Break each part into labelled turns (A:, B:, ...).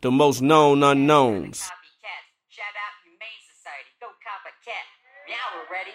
A: the most known unknowns.
B: Copycats. Shout out Humane Society. Go cop a cat. Meow already.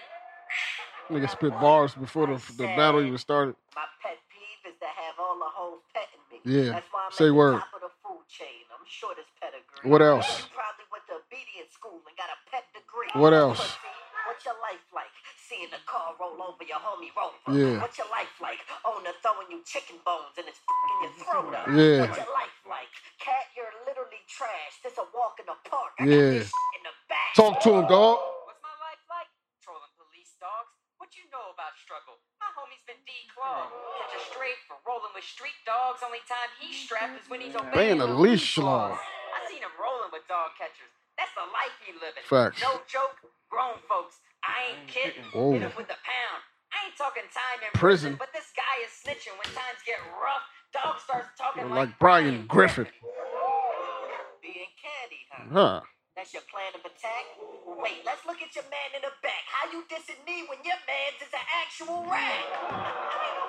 C: Nigga spit bars before the, the battle even started.
B: My pet peeve is to have all the hoes petting me.
C: Yeah.
B: That's why I'm
C: Say
B: at
C: word.
B: the top of the food chain. I'm sure this pedigree.
C: What else?
B: You probably went to obedience school and got a pet degree.
C: What else?
B: Pussy. What's your life like? Seeing a car roll over your homie Rover.
C: Yeah.
B: What's your life like? Owner throwing you chicken bones and it's fucking your throat up.
C: Yeah.
B: What's your life like? Cat, you're literally trash. This a walk in the park. I
C: Yeah.
B: got this in the back.
C: Talk to him, dog.
B: What's my life like? Trolling police dogs. What you know about struggle? My homie's been declawed.
C: Hmm.
B: Catch a straight for rolling with street dogs. Only time he's strapped is when he's obeying
C: Band of leash law.
B: I seen him rolling with dog catchers. That's the life he living.
C: Facts.
B: No joke, grown folks. I ain't kidding.
C: Whoa.
B: Hit him with a pound. I ain't talking time in prison,
C: Prison.
B: but this guy is snitching when times get rough. Dog starts talking like,
C: Like Brian Griffin.
B: Being candy, huh?
C: Huh.
B: That's your plan of attack? Wait, let's look at your man in the back. How you dissing me when your man's is an actual rag?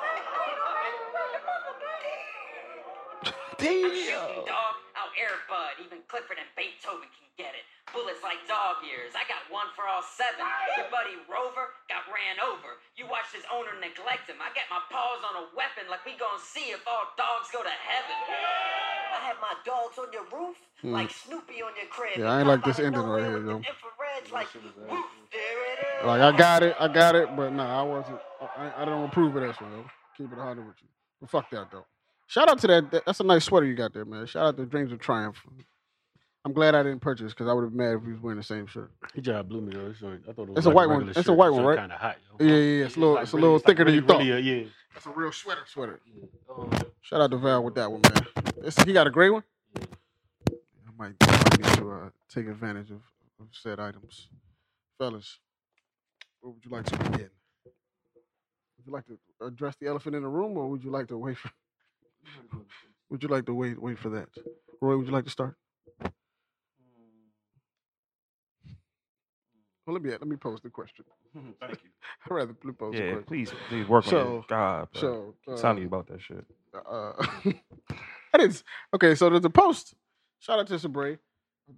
B: Shooting dog, out air bud. Even Clifford and Beethoven can get it. Bullets like dog ears. I got one for all seven. Your buddy Rover got ran over. You watched his owner neglect him. I got my paws on a weapon like we gonna see if all dogs go to heaven. I had my dogs on your roof like Snoopy on your crib.
C: Hmm. Yeah, I ain't
B: Pop
C: like this
B: out of
C: ending right
B: nowhere
C: here,
B: with
C: though.
B: the Infrareds like, woof, there it is.
C: Like I got it, I got it, but nah, I wasn't. I, I don't approve of that one though. Keep it hundred with you. But fuck that though. Shout out to that, that- That's a nice sweater you got there, man. Shout out to Dreams of Triumph. I'm glad I didn't purchase because I would have been mad if we was wearing the same shirt.
D: He job blew me though. This joint- I thought it was
C: It's a
D: like
C: white one.
D: regular
C: It's a
D: shirt.
C: white
D: This
C: one,
D: joint
C: right?
D: Kinda hot. yo.
C: Yeah, yeah, yeah. It's a little,
D: like
C: it's a
D: really-
C: little
D: it's like
C: thicker than you
D: really,
C: thought.
D: really, uh,
C: That's a real sweater. Sweater.
D: yeah.
C: Shout out to Val with that one, man. It's- he got a gray one. I might I need to uh, take advantage of, of said items, fellas. What would you like to begin? Would you like to address the elephant in the room, or would you like to wait for? Would you like to wait wait for that? Roy, would you like to start?
E: Hmm.
C: Well, let me let me pose the question.
D: Thank you.
C: I'd rather pl- pose the
E: Yeah,
C: question.
E: please, please work on
C: So-
E: it. God, bro.
C: So, uh,
E: Keep telling you about that shit.
C: uh, I didn't. s- Okay, so there's a post. Shout out to Sabre,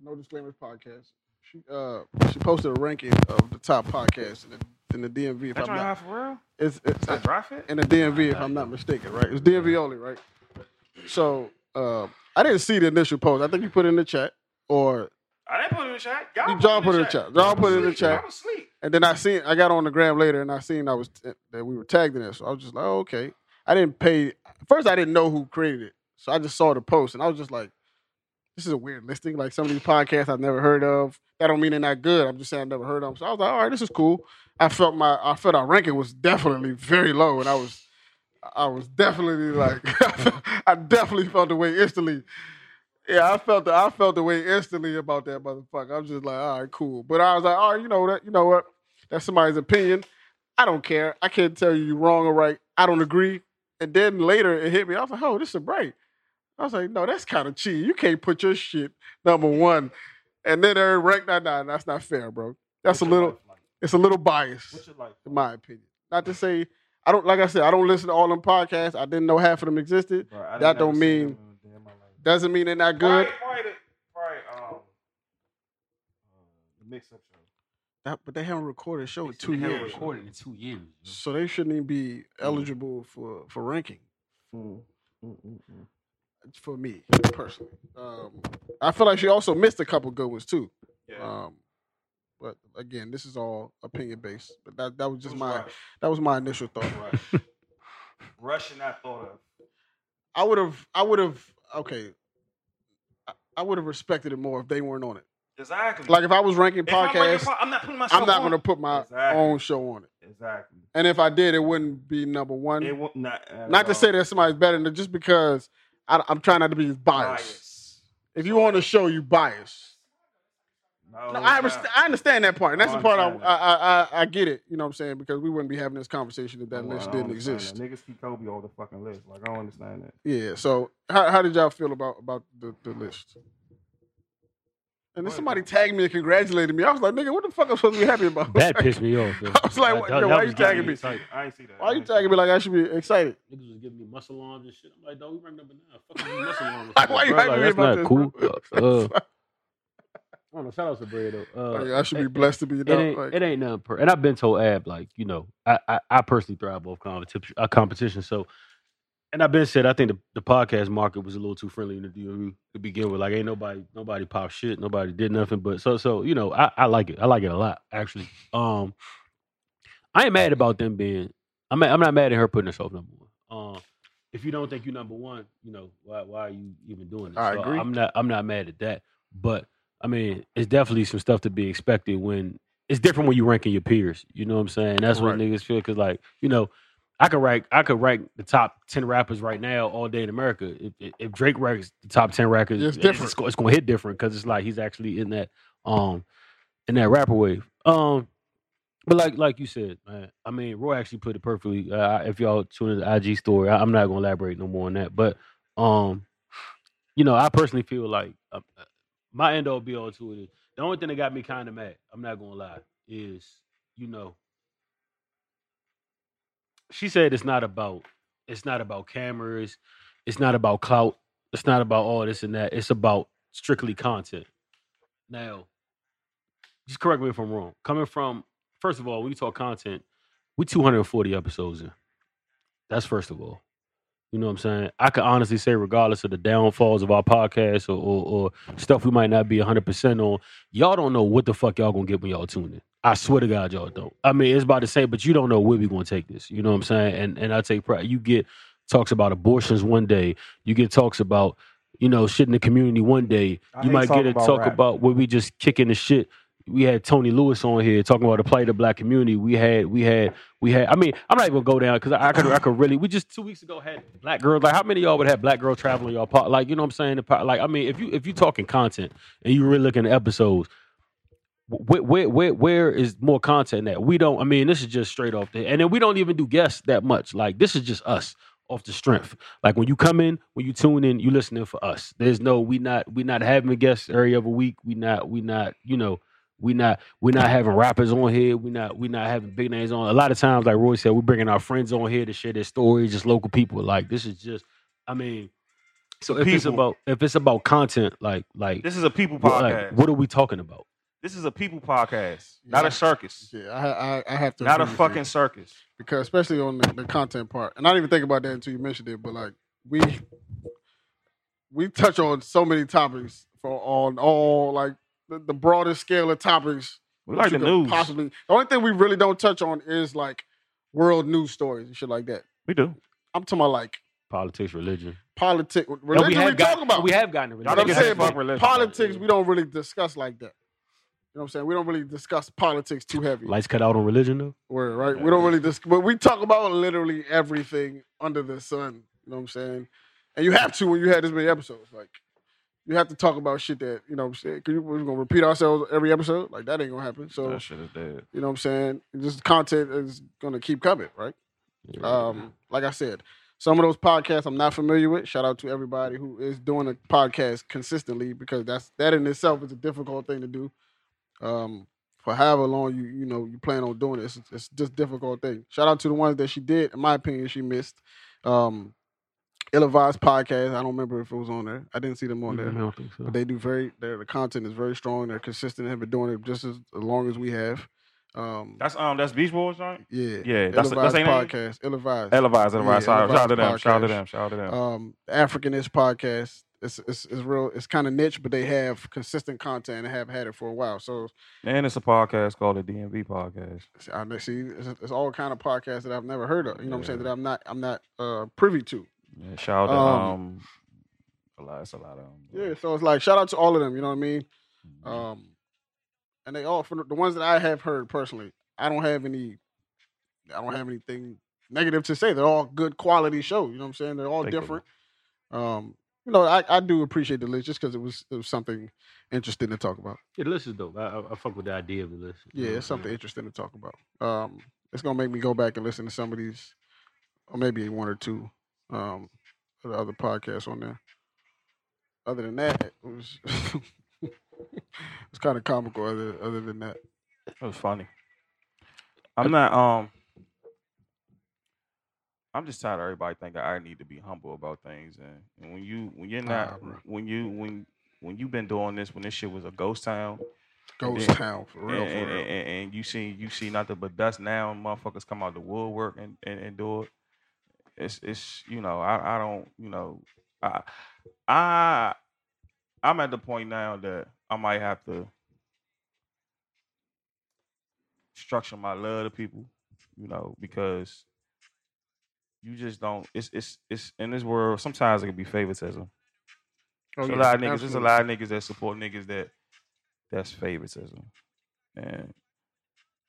C: No Disclaimers podcast. She uh she posted a ranking of the top podcasts in the, in the DMV. If
E: That
C: I'm
E: joint
C: not,
E: hot for real?
C: it's, it's,
E: Is that dry fit?
C: in the DMV, if I'm not mistaken, right? It's DMV only, right? So uh, I didn't see the initial post. I think you put it in the chat, or
E: I didn't put it in the chat. Y'all
C: John put it in the chat. John put it in the chat.
E: I was asleep.
C: and then I seen I got on the gram later, and I seen I was that we were tagged in it. So I was just like, oh, okay. I didn't pay first. I didn't know who created it, so I just saw the post, and I was just like, this is a weird listing. Like some of these podcasts I've never heard of. That don't mean they're not good. I'm just saying I've never heard of them. So I was like, all right, this is cool. I felt my I felt our ranking was definitely very low, and I was I was definitely like I definitely felt the way instantly. Yeah, I felt the I felt the way instantly about that motherfucker. I was just like, all right, cool. But I was like, all right, you know that you know what? That's somebody's opinion. I don't care. I can't tell you you're wrong or right. I don't agree. And then later it hit me. I was like, oh, this is bright. I was like, no, that's kind of cheating. You can't put your shit number one. And then they're ranked. Nah, nah, that's not fair, bro. That's a little. It's a little biased
D: What's your life?
C: in my opinion. Not to say I don't like I said, I don't listen to all them podcasts. I didn't know half of them existed.
D: Bro, I done
C: That
D: never
C: don't
D: seen
C: mean
D: them in a day in my life.
C: Doesn't mean they're not good.
D: Probably, probably, the- probably, um, the mix up show.
C: That- but they haven't recorded a show in
D: They
C: two
D: haven't
C: years.
D: recorded Mm-hmm. in two years. yo.
C: So they shouldn't even be eligible for, for ranking
D: Mm,
C: for me personally. Um, I feel like she also missed a couple good ones too.
D: Uh,
C: Um, but again, this is all opinion based. But that, that was just
D: Who's
C: my
D: Rush?
C: that was my initial thought.
D: Rush. Rush and I thought of.
C: I would have I would have okay. I, I would have respected it more if they weren't on it.
D: Exactly.
C: Like if I was ranking
D: If I'm
C: podcasts,
D: making po- I'm not putting myself.
C: I'm not
D: on-
C: going to put my
D: Exactly.
C: own show on it.
D: Exactly.
C: And if I did, it wouldn't be number one.
D: It won't not. at
C: not
D: all.
C: to say that somebody's better than just because I, am trying not to be biased.
D: Bias.
C: If you on the show, you biased.
D: Oh, No,
C: No, I,
D: it's
C: understand,
D: not.
C: I understand that part, and that's
D: I
C: the part I,
D: understand
C: I, I I I get it. You know what I'm saying? Because we wouldn't be having this conversation if that
D: Oh, I
C: list
D: don't
C: didn't
D: understand
C: exist.
D: that. Niggas keep Kobe all the fucking list. Like I don't understand that.
C: Yeah. So how, how did y'all feel about about the, the list? And then somebody tagged me and congratulated me. I was like, nigga, what the fuck am I supposed to be happy about?
F: That
C: Like,
F: pissed me off. though.
C: I was like,
F: That-
C: what-
F: that-
C: yo,
F: that
C: why
F: was
C: you
F: getting
C: tagging me?
F: excited.
D: I ain't see that.
C: Why
D: I
C: you
D: ain't see
C: tagging me
D: that.
C: like I should be excited?
F: Niggas was giving me muscle arms and shit. I'm like, dog, we running number nine. Fuck you, muscle arms.
C: Like, why you
F: Bro,
C: hyping
F: like,
C: me
F: that's
C: about
F: not
C: this?
F: cool.
C: bro?
F: Uh, uh, I don't know. Shout out to Bray though. Uh,
C: Like, I should
F: it-
C: be
F: it-
C: blessed to be a
F: It
C: dog.
F: ain't,
C: Like,
F: it ain't nothing. Per- and I've been told Ab like you know I I, I personally thrive off competition. Uh, competition. So, and I've been said I think the, the podcast market was a little too friendly in the DMV to begin with. Like ain't nobody nobody popped shit. Nobody did nothing. But so so you know I I like it. I like it a lot actually. Um, I ain't mad about them being. I'm not- I'm not mad at her putting herself number one. Um, if you don't think you're number one, you know why why are you even doing this?
C: I agree.
F: I'm not I'm not mad at that. But I mean, it's definitely some stuff to be expected when it's different when you ranking your peers. You know what I'm saying? That's what niggas feel because, like, you know, I could rank I could rank the top ten rappers right now all day in America. If, if- if Drake ranks the top ten rappers,
C: Yeah, it's different.
F: go- It's, gonna hit different because it's like he's actually in that um in that rapper wave. Um, but like like you said, man, I mean, Roy actually put it perfectly. Uh, I- if y'all tune into the IG story, I, I'm not gonna elaborate no more on that. But um, you know, I personally feel like uh, uh, my end all be all to it is the only thing that got me kind of mad. I'm not gonna lie is you know she said it's not about it's not about cameras, it's not about clout, it's not about all this and that. It's about strictly content. Now, just correct me if I'm wrong. Coming from first of all, when you talk content, we 240 episodes in. That's first of all. You know what I'm saying? I could honestly say, regardless of the downfalls of our podcast or, or, or stuff we might not be 100% on, y'all don't know what the fuck y'all gonna get when y'all tune in. I swear to God, y'all don't. I mean, it's about to say, but you don't know where we gonna take this. You know what I'm saying? And and I take pride. You get talks about abortions one day. You get talks about you know shit in the community one day.
D: I
F: You
D: hate
F: might get
D: talking
F: a
D: about
F: talk
D: rap.
F: about where we just kicking the shit. We had Tony Lewis on here talking about the plight of the black community. We had we had we had. I mean, I'm not even gonna go down because I, I could I could really. We just two weeks ago had black girls. Like, how many of y'all would have black girl traveling y'all part? Like, you know what I'm saying? The po- Like, I mean, if you if you talking content and you really looking at episodes where, where where where is more content that we don't? I mean, this is just straight off the, and then we don't even do guests that much. Like this is just us off the strength. Like when you come in, when you tune in, you listening for us. There's no we not we not having a guest every other week. We not we not you know we not we not having rappers on here. We not we not having big names on. A lot of times, like Roy said, we bringing our friends on here to share their stories, just local people. Like this is just, I mean, so if it's
D: people.
F: about if it's about content, like like.
D: This is a people
F: what-
D: podcast.
F: like, what are we talking about?
D: This is a people podcast, not
C: Yeah.
D: a circus,
C: yeah, I, I, I have to.
D: not a
C: agree with you.
D: fucking circus.
C: because especially on the, the content part, and I didn't even think about that until you mentioned it. But like we we touch on so many topics for on all like the, the broadest scale of topics.
D: We
C: that
D: like
C: you
D: the
C: could
D: news.
C: Possibly the only thing we really don't touch on is like world news stories and shit like that.
D: We do.
C: I'm talking about like
F: Politics, religion.
C: politics.
F: And
C: Religion we,
F: have got-
C: talk about.
F: We have gotten to
D: Y'all don't
C: But
F: religion.
C: I'm
D: give
C: saying,
D: a fuck
C: but
D: religion.
C: politics we don't really discuss like that. You know what I'm saying? We don't really discuss politics too heavy.
F: Lights cut out on religion though.
C: Word, right? We don't really just, but we talk about literally everything under the sun. You know what I'm saying? And you have to when you had this many episodes. Like, you have to talk about shit that you know. what I'm saying, because we're gonna repeat ourselves every episode. Like that ain't gonna happen. So
E: shit is dead.
C: you know what I'm saying? Just content is gonna keep coming, right? Um, like I said, some of those podcasts I'm not familiar with. Shout out to everybody who is doing a podcast consistently because that's that in itself is a difficult thing to do. Um, for however long you you know you plan on doing this, it's, it's just difficult thing. Shout out to the ones that she did. In my opinion, she missed. Um, Ill Advised podcast. I don't remember if it was on there. I didn't see them on there.
F: don't think so.
C: But they do very. Their the content is very strong. They're consistent. They've been doing it just as, as long as we have. Um,
D: That's um, that's Beach Boys, right?
C: yeah,
D: Yeah,
C: Ill
D: that's that's
C: Advised
D: ain't name.
C: podcast. Ill Advised.
D: Elevised, Elevised.
C: Yeah,
D: Shout shout out to them.
C: Elevised
D: Shout out to
C: podcast.
D: them. Shout out to them.
C: um Africanish podcast. It's, it's it's real. It's kind of niche, but they have consistent content and have had it for a while. So
D: And it's a podcast called the DMV Podcast.
C: see, I know- see, it's, it's all kind of podcasts that I've never heard of. You know what I'm saying?
D: Yeah.
C: That I'm not I'm not uh privy to.
D: Yeah, shout out to
C: Um,
D: um, a lot. It's a lot of them.
C: Yeah. So it's like shout out to all of them. You know what I mean?
E: mm-hmm.
C: Um, and they all from the ones that I have heard personally. I don't have any. I don't have anything negative to say. They're all good quality show. You know what I'm saying? They're all
D: Thank you.
C: different. Um, you know, I, I do appreciate the list just because it was it was something interesting to talk about.
F: yeah, the list is dope. I, I, I fuck with the idea of the list. you know
C: Yeah,
F: what
C: it's
F: I'm
C: something
F: saying?
C: interesting to talk about. Um, it's gonna make me go back and listen to some of these, or maybe one or two, um, of the other podcasts on there. Other than that, it was kind of comical. Other other than that,
E: It was funny. I'm not. Um, I'm just tired of everybody thinking I need to be humble about things. And, and when you when you're
C: Nah,
E: not
C: bro.
E: when you when when you've been doing this when this shit was a ghost town
C: ghost
E: then-
C: town for
E: and,
C: real, for
E: and,
C: real.
E: and- and- and you see you see nothing but dust now and motherfuckers come out the woodwork and, and, and do it. It's it's you know, I, I don't you know I I I'm at the point now that I might have to structure my love to people, you know, because you just don't it's it's it's in this world sometimes it can be favoritism.
C: Oh,
E: There's
C: yeah,
E: a lot of niggas. There's a
C: absolutely.
E: lot of niggas that support niggas that that's favoritism, and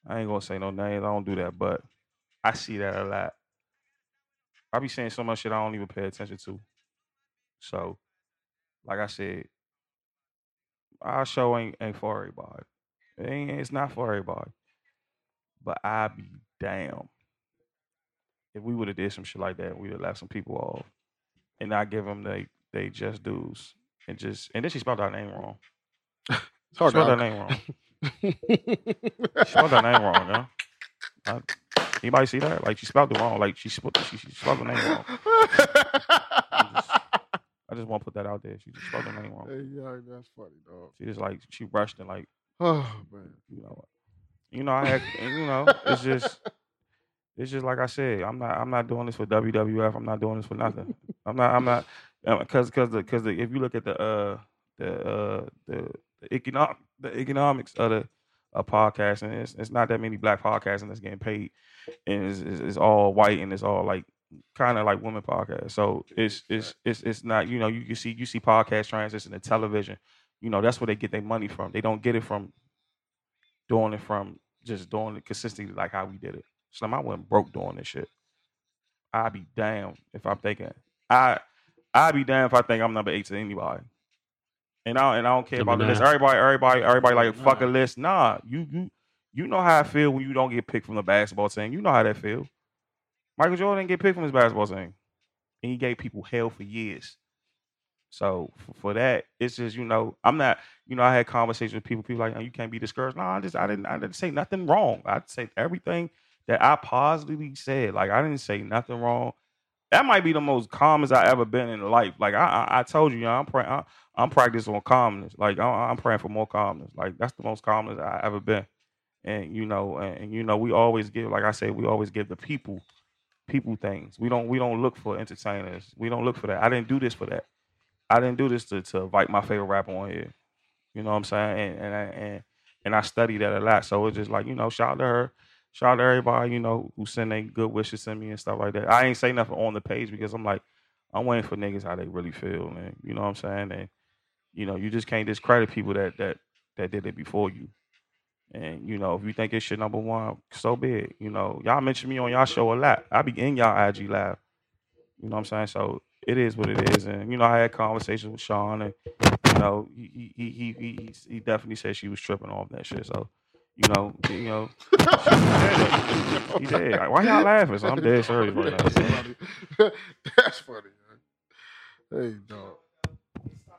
E: I ain't gonna say no names. I don't do that, but I see that a lot. I be saying so much shit I don't even pay attention to. So, like I said, our show ain't ain't for everybody. It ain't, it's not for everybody. But I be damn if we would have did some shit like that. We'd have left some people off and not give them they they just dues and just and then she spelled our name wrong.
C: It's hard
E: spelled
C: to
E: our name wrong. She spelled her name wrong, yeah. I- anybody see that? Like she spelled it wrong. Like she spelled she, she spelled her name wrong. I just want to put that out there. She just spelled her name wrong.
C: Hey, yeah, that's funny, dog.
E: She just like she rushed and like
C: Oh man,
E: you know, you know I had and, you know it's just it's just like I said. I'm not I'm not doing this for WWF. I'm not doing this for nothing. I'm not I'm not because because the because the, if you look at the uh the uh the the economic the economics of the a podcast and it's, it's not that many black podcasts and that's getting paid and it's, it's, it's all white and it's all like kind of like women podcasts so it's it's it's it's not you know you can see you see podcast transition to television you know that's where they get their money from they don't get it from doing it from just doing it consistently like how we did it so i wasn't broke doing this shit i'd be damned if i'm thinking i i'd be damned if i think i'm number eight to anybody and I, and I don't care about the
F: Number
E: list.
F: nine.
E: Everybody, everybody, everybody like
D: Number
E: fuck a
D: nine.
E: list. Nah, you you you know how I feel when you don't get picked from the basketball team. You know how that feels. Michael Jordan didn't get picked from his basketball team, and he gave people hell for years. So f- for that, it's just you know I'm not you know I had conversations with people. People like, oh, you can't be discouraged. No, I just I didn't I didn't say nothing wrong. I said everything that I positively said. Like I didn't say nothing wrong. That might be the most calmest I ever been in life. Like I I, I told you, you know, I'm praying. I'm, I'm practicing on calmness. Like I, I'm praying for more calmness. Like that's the most calmness I ever been and you know and, and, you know we always give like i said we always give the people people things we don't we don't look for entertainers we don't look for that i didn't do this for that i didn't do this to, to invite my favorite rapper on here you know what i'm saying and and I, and, and i study that a lot so it's just like you know shout out to her shout out to everybody you know who send their good wishes to me and stuff like that i ain't say nothing on the page because i'm like i'm waiting for niggas how they really feel man you know what i'm saying and you know you just can't discredit people that that that did it before you and you know, if you think it's shit number one, so be it. You know, y'all mention me on y'all show a lot. I be in y'all IG live. You know what I'm saying? So it is what it is. And you know, I had conversations with Sean, and you know, he he he he, he, he definitely said she was tripping off that shit. So you know, you know, he did. Like, why y'all laughing? So I'm dead serious right now.
C: That's funny. That's funny. Man. Hey, dog.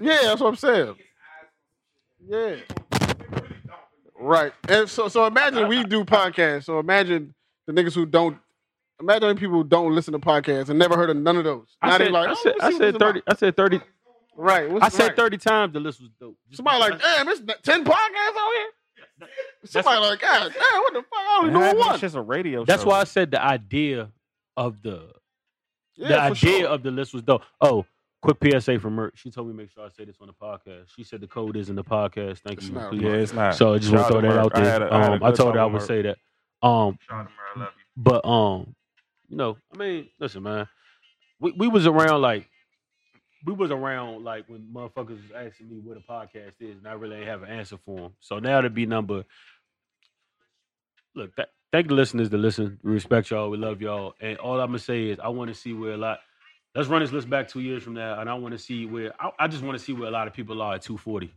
C: Yeah, that's what I'm saying. Yeah. Right. And so, so imagine we do podcasts. So imagine the niggas who don't. Imagine the people who don't listen to podcasts and never heard of none of those. Now
F: I
C: they
F: said,
C: like,
F: I
C: oh,
F: said,
C: let's
F: I
C: see what
F: said
C: this about.
F: thirty. I said thirty.
C: Right.
F: I
C: what's-
F: said
C: right.
F: thirty times the list was dope. Just
C: Somebody like,
F: because
C: damn, it's not- ten podcasts out here. Somebody like, God, damn, what the fuck? I only knew one.
E: It's just a radio.
F: I- That's
E: show.
F: why I said the idea of the
C: Yeah,
F: the
C: for
F: idea
C: sure.
F: of the list was dope. Oh, quick PSA from Merck. She told me make sure I say this on the podcast. She said the code is in the podcast. Thank
C: It's
F: you.
C: not
F: please.
E: Yeah, it's not.
F: So I just want
E: Shout
F: to throw
E: out
F: that
E: Merv.
F: out there.
E: I, had a- I had a
F: um, I
E: good
F: told her I
E: talk
F: would
E: with Merv.
F: say that. Um,
E: Shout out to Merv, I love you.
F: but um, you know, I mean, listen, man, we we was around like we was around like when motherfuckers was asking me what a podcast is, and I really ain't have an answer for them. So now to be number, look, th- thank the listeners to listen. We respect y'all. We love y'all. And all I'm gonna say is, I want to see where a lot. Let's run this list back two years from now, and I want to see where I, I just want to see where a lot of people are at 240.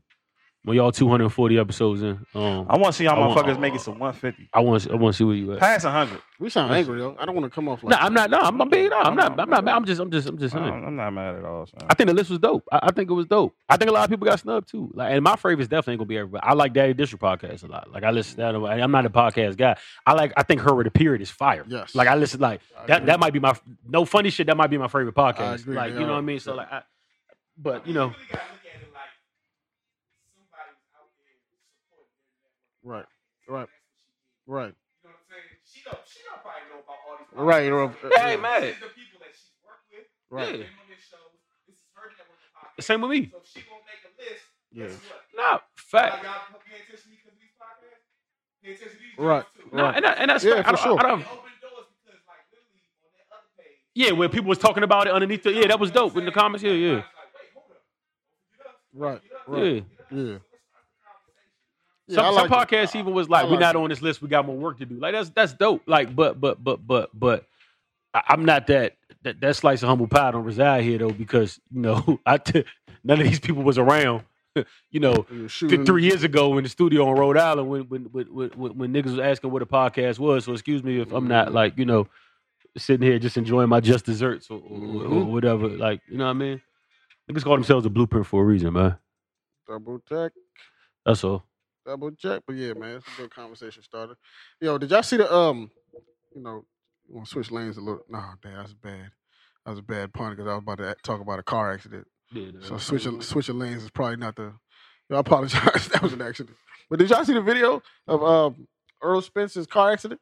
F: When y'all 240 episodes in, um,
E: I want to see y'all
F: I want-
E: motherfuckers make it to 150.
F: I want I want to see where you at.
E: Pass 100.
C: We sound angry though. I don't want to come off like.
F: No, I'm not. No, I'm not being. No, I'm
E: No,
F: not. I'm not. I'm just. I'm just. I'm just saying.
E: I'm I'm not mad at all. Son.
F: I think the list was dope. I, I think it was dope. I think a lot of people got snubbed too. Like, and my favorites definitely ain't gonna be everybody. I like Daddy District podcast a lot. Like, I listen to that. and I'm not a podcast guy. I like. I think her with the period is fire.
C: Yes.
F: Like, I listen. Like
C: I
F: that.
C: agree.
F: That might be my no funny shit. That might be my favorite podcast.
C: I agree,
F: like,
C: they
F: you know
C: are.
F: what I mean. So like, I, but you know,
C: Right. Right. Right. Right. uh, Right.
F: hey man,
C: Right.
F: yeah. The same with me.
C: Yeah.
F: Nah, fact.
C: Right.
F: Nah,
C: Right.
F: and, I, and that's
C: Yeah,
F: fact. I
C: for
F: don't- I
C: sure.
F: don't- yeah, where people was talking about it underneath the yeah, that was dope in the comments. Yeah, yeah,
C: Right.
F: yeah.
C: Right. Yeah. Yeah, I
F: some, some
C: like it.
F: podcasts even was like,
C: I
F: "We're
C: like
F: not
C: it.
F: on this list. We got more work to do." Like that's that's dope. Like, but but but but but I, I'm not that that that slice of humble pie don't reside here though because you know I t- none of these people was around. you know,
C: We were
F: th-
C: shooting-
F: three years ago in the studio on Rhode Island when when when, when, when- when niggas was asking what a podcast was. So excuse me if I'm not like you know sitting here just enjoying my just desserts or, or, or- or
C: Mhm.
F: whatever. Like you know what I mean? Niggas call themselves the blueprint for a reason, man.
C: Double check.
F: That's all.
C: Double check. But yeah, man, it's a good conversation starter. Yo, did y'all see the um? You know, I'm gonna switch lanes a little. Nah, damn, that's bad. That was a bad pun because I was about to act- talk about a car accident. So switching switching lanes is probably not the. I apologize. that was an accident. But did y'all see the video of um, Earl Spencer's car accident?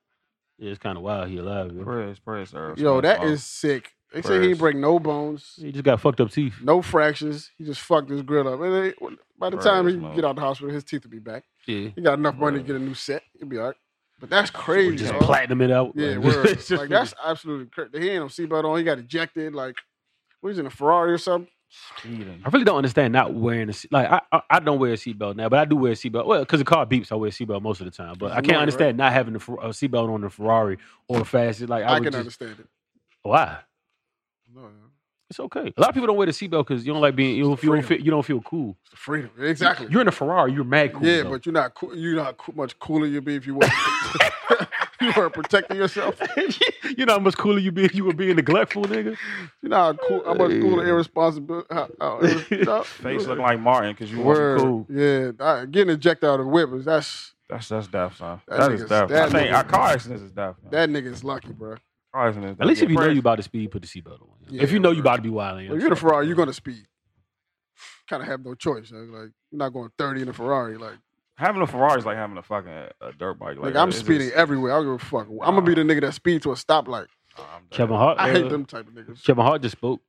F: Yeah, it's kind of wild. He alive. Yo.
E: Press, press, Earl
C: Yo,
E: Spencer.
C: that
E: Oh,
C: is sick. They say he
E: Press.
C: didn't break no bones,
F: He just got fucked up teeth.
C: no fractures. He just fucked his grill up. And they, by the
E: Press,
C: time he
E: man.
C: get out the hospital, his teeth will be back.
F: Yeah.
C: He got enough money to get a new set. He'll be all right. But that's crazy.
F: just
C: dog.
F: platinum it out.
C: Yeah,
F: Like,
C: word.
F: it's just-
C: like that's absolutely crazy. He ain't no seatbelt on. He got ejected. Like we was in a Ferrari or something.
E: speeding.
F: I really don't understand not wearing a seat. Like I, I, I don't wear a seatbelt now, but I do wear a seatbelt. Well, because the car beeps, I wear a seatbelt most of the time. But
C: It's
F: I can't
C: annoying,
F: understand not having a, Fer- a seatbelt on the Ferrari or a fastest. Like I,
C: I,
F: would
C: can
F: just,
C: understand it.
F: why.
C: No, no.
F: It's okay. A lot of people don't wear the seatbelt because you don't like being. You don't, you, don't feel, you don't feel cool.
C: It's the freedom. Exactly.
F: You're in a Ferrari. You're mad cool.
C: yeah,
F: though.
C: but you're not cool. You're not cool, much cooler you'd be if you weren't. you weren't protecting yourself.
F: you know how much cooler you be if you were being neglectful, nigga.
C: You know how cool, how much cooler irresponsible. How, how, irres- no.
E: Face looking like Martin because you
C: Word.
E: want cool.
C: Yeah, I- getting ejected out of the whip is that's
E: That's that's death, son.
C: That
E: that is
C: nigga's-
E: death.
C: that
E: I think
C: nigga's-
E: our car accidents is death. man.
C: that nigga's lucky, bro.
E: Car accidents.
F: At least if you know
E: Press.
F: you about to speed, put the seatbelt on.
C: Yeah,
F: if you know you
C: word.
F: about to be wilding,
C: If you're in a Ferrari, you're gonna speed. Kind of have no choice. Like like, you're not going 30 in a Ferrari. Like
E: having a Ferrari is like having a fucking a dirt bike.
C: Like,
E: that.
C: I'm
E: uh, It's
C: speeding
E: just-
C: everywhere. I don't give a fuck. I'm gonna be the nigga that speed to a stoplight.
E: Nah, I'm done.
F: Kevin Hart.
C: I
F: uh,
C: hate them type of niggas.
F: Kevin Hart just spoke.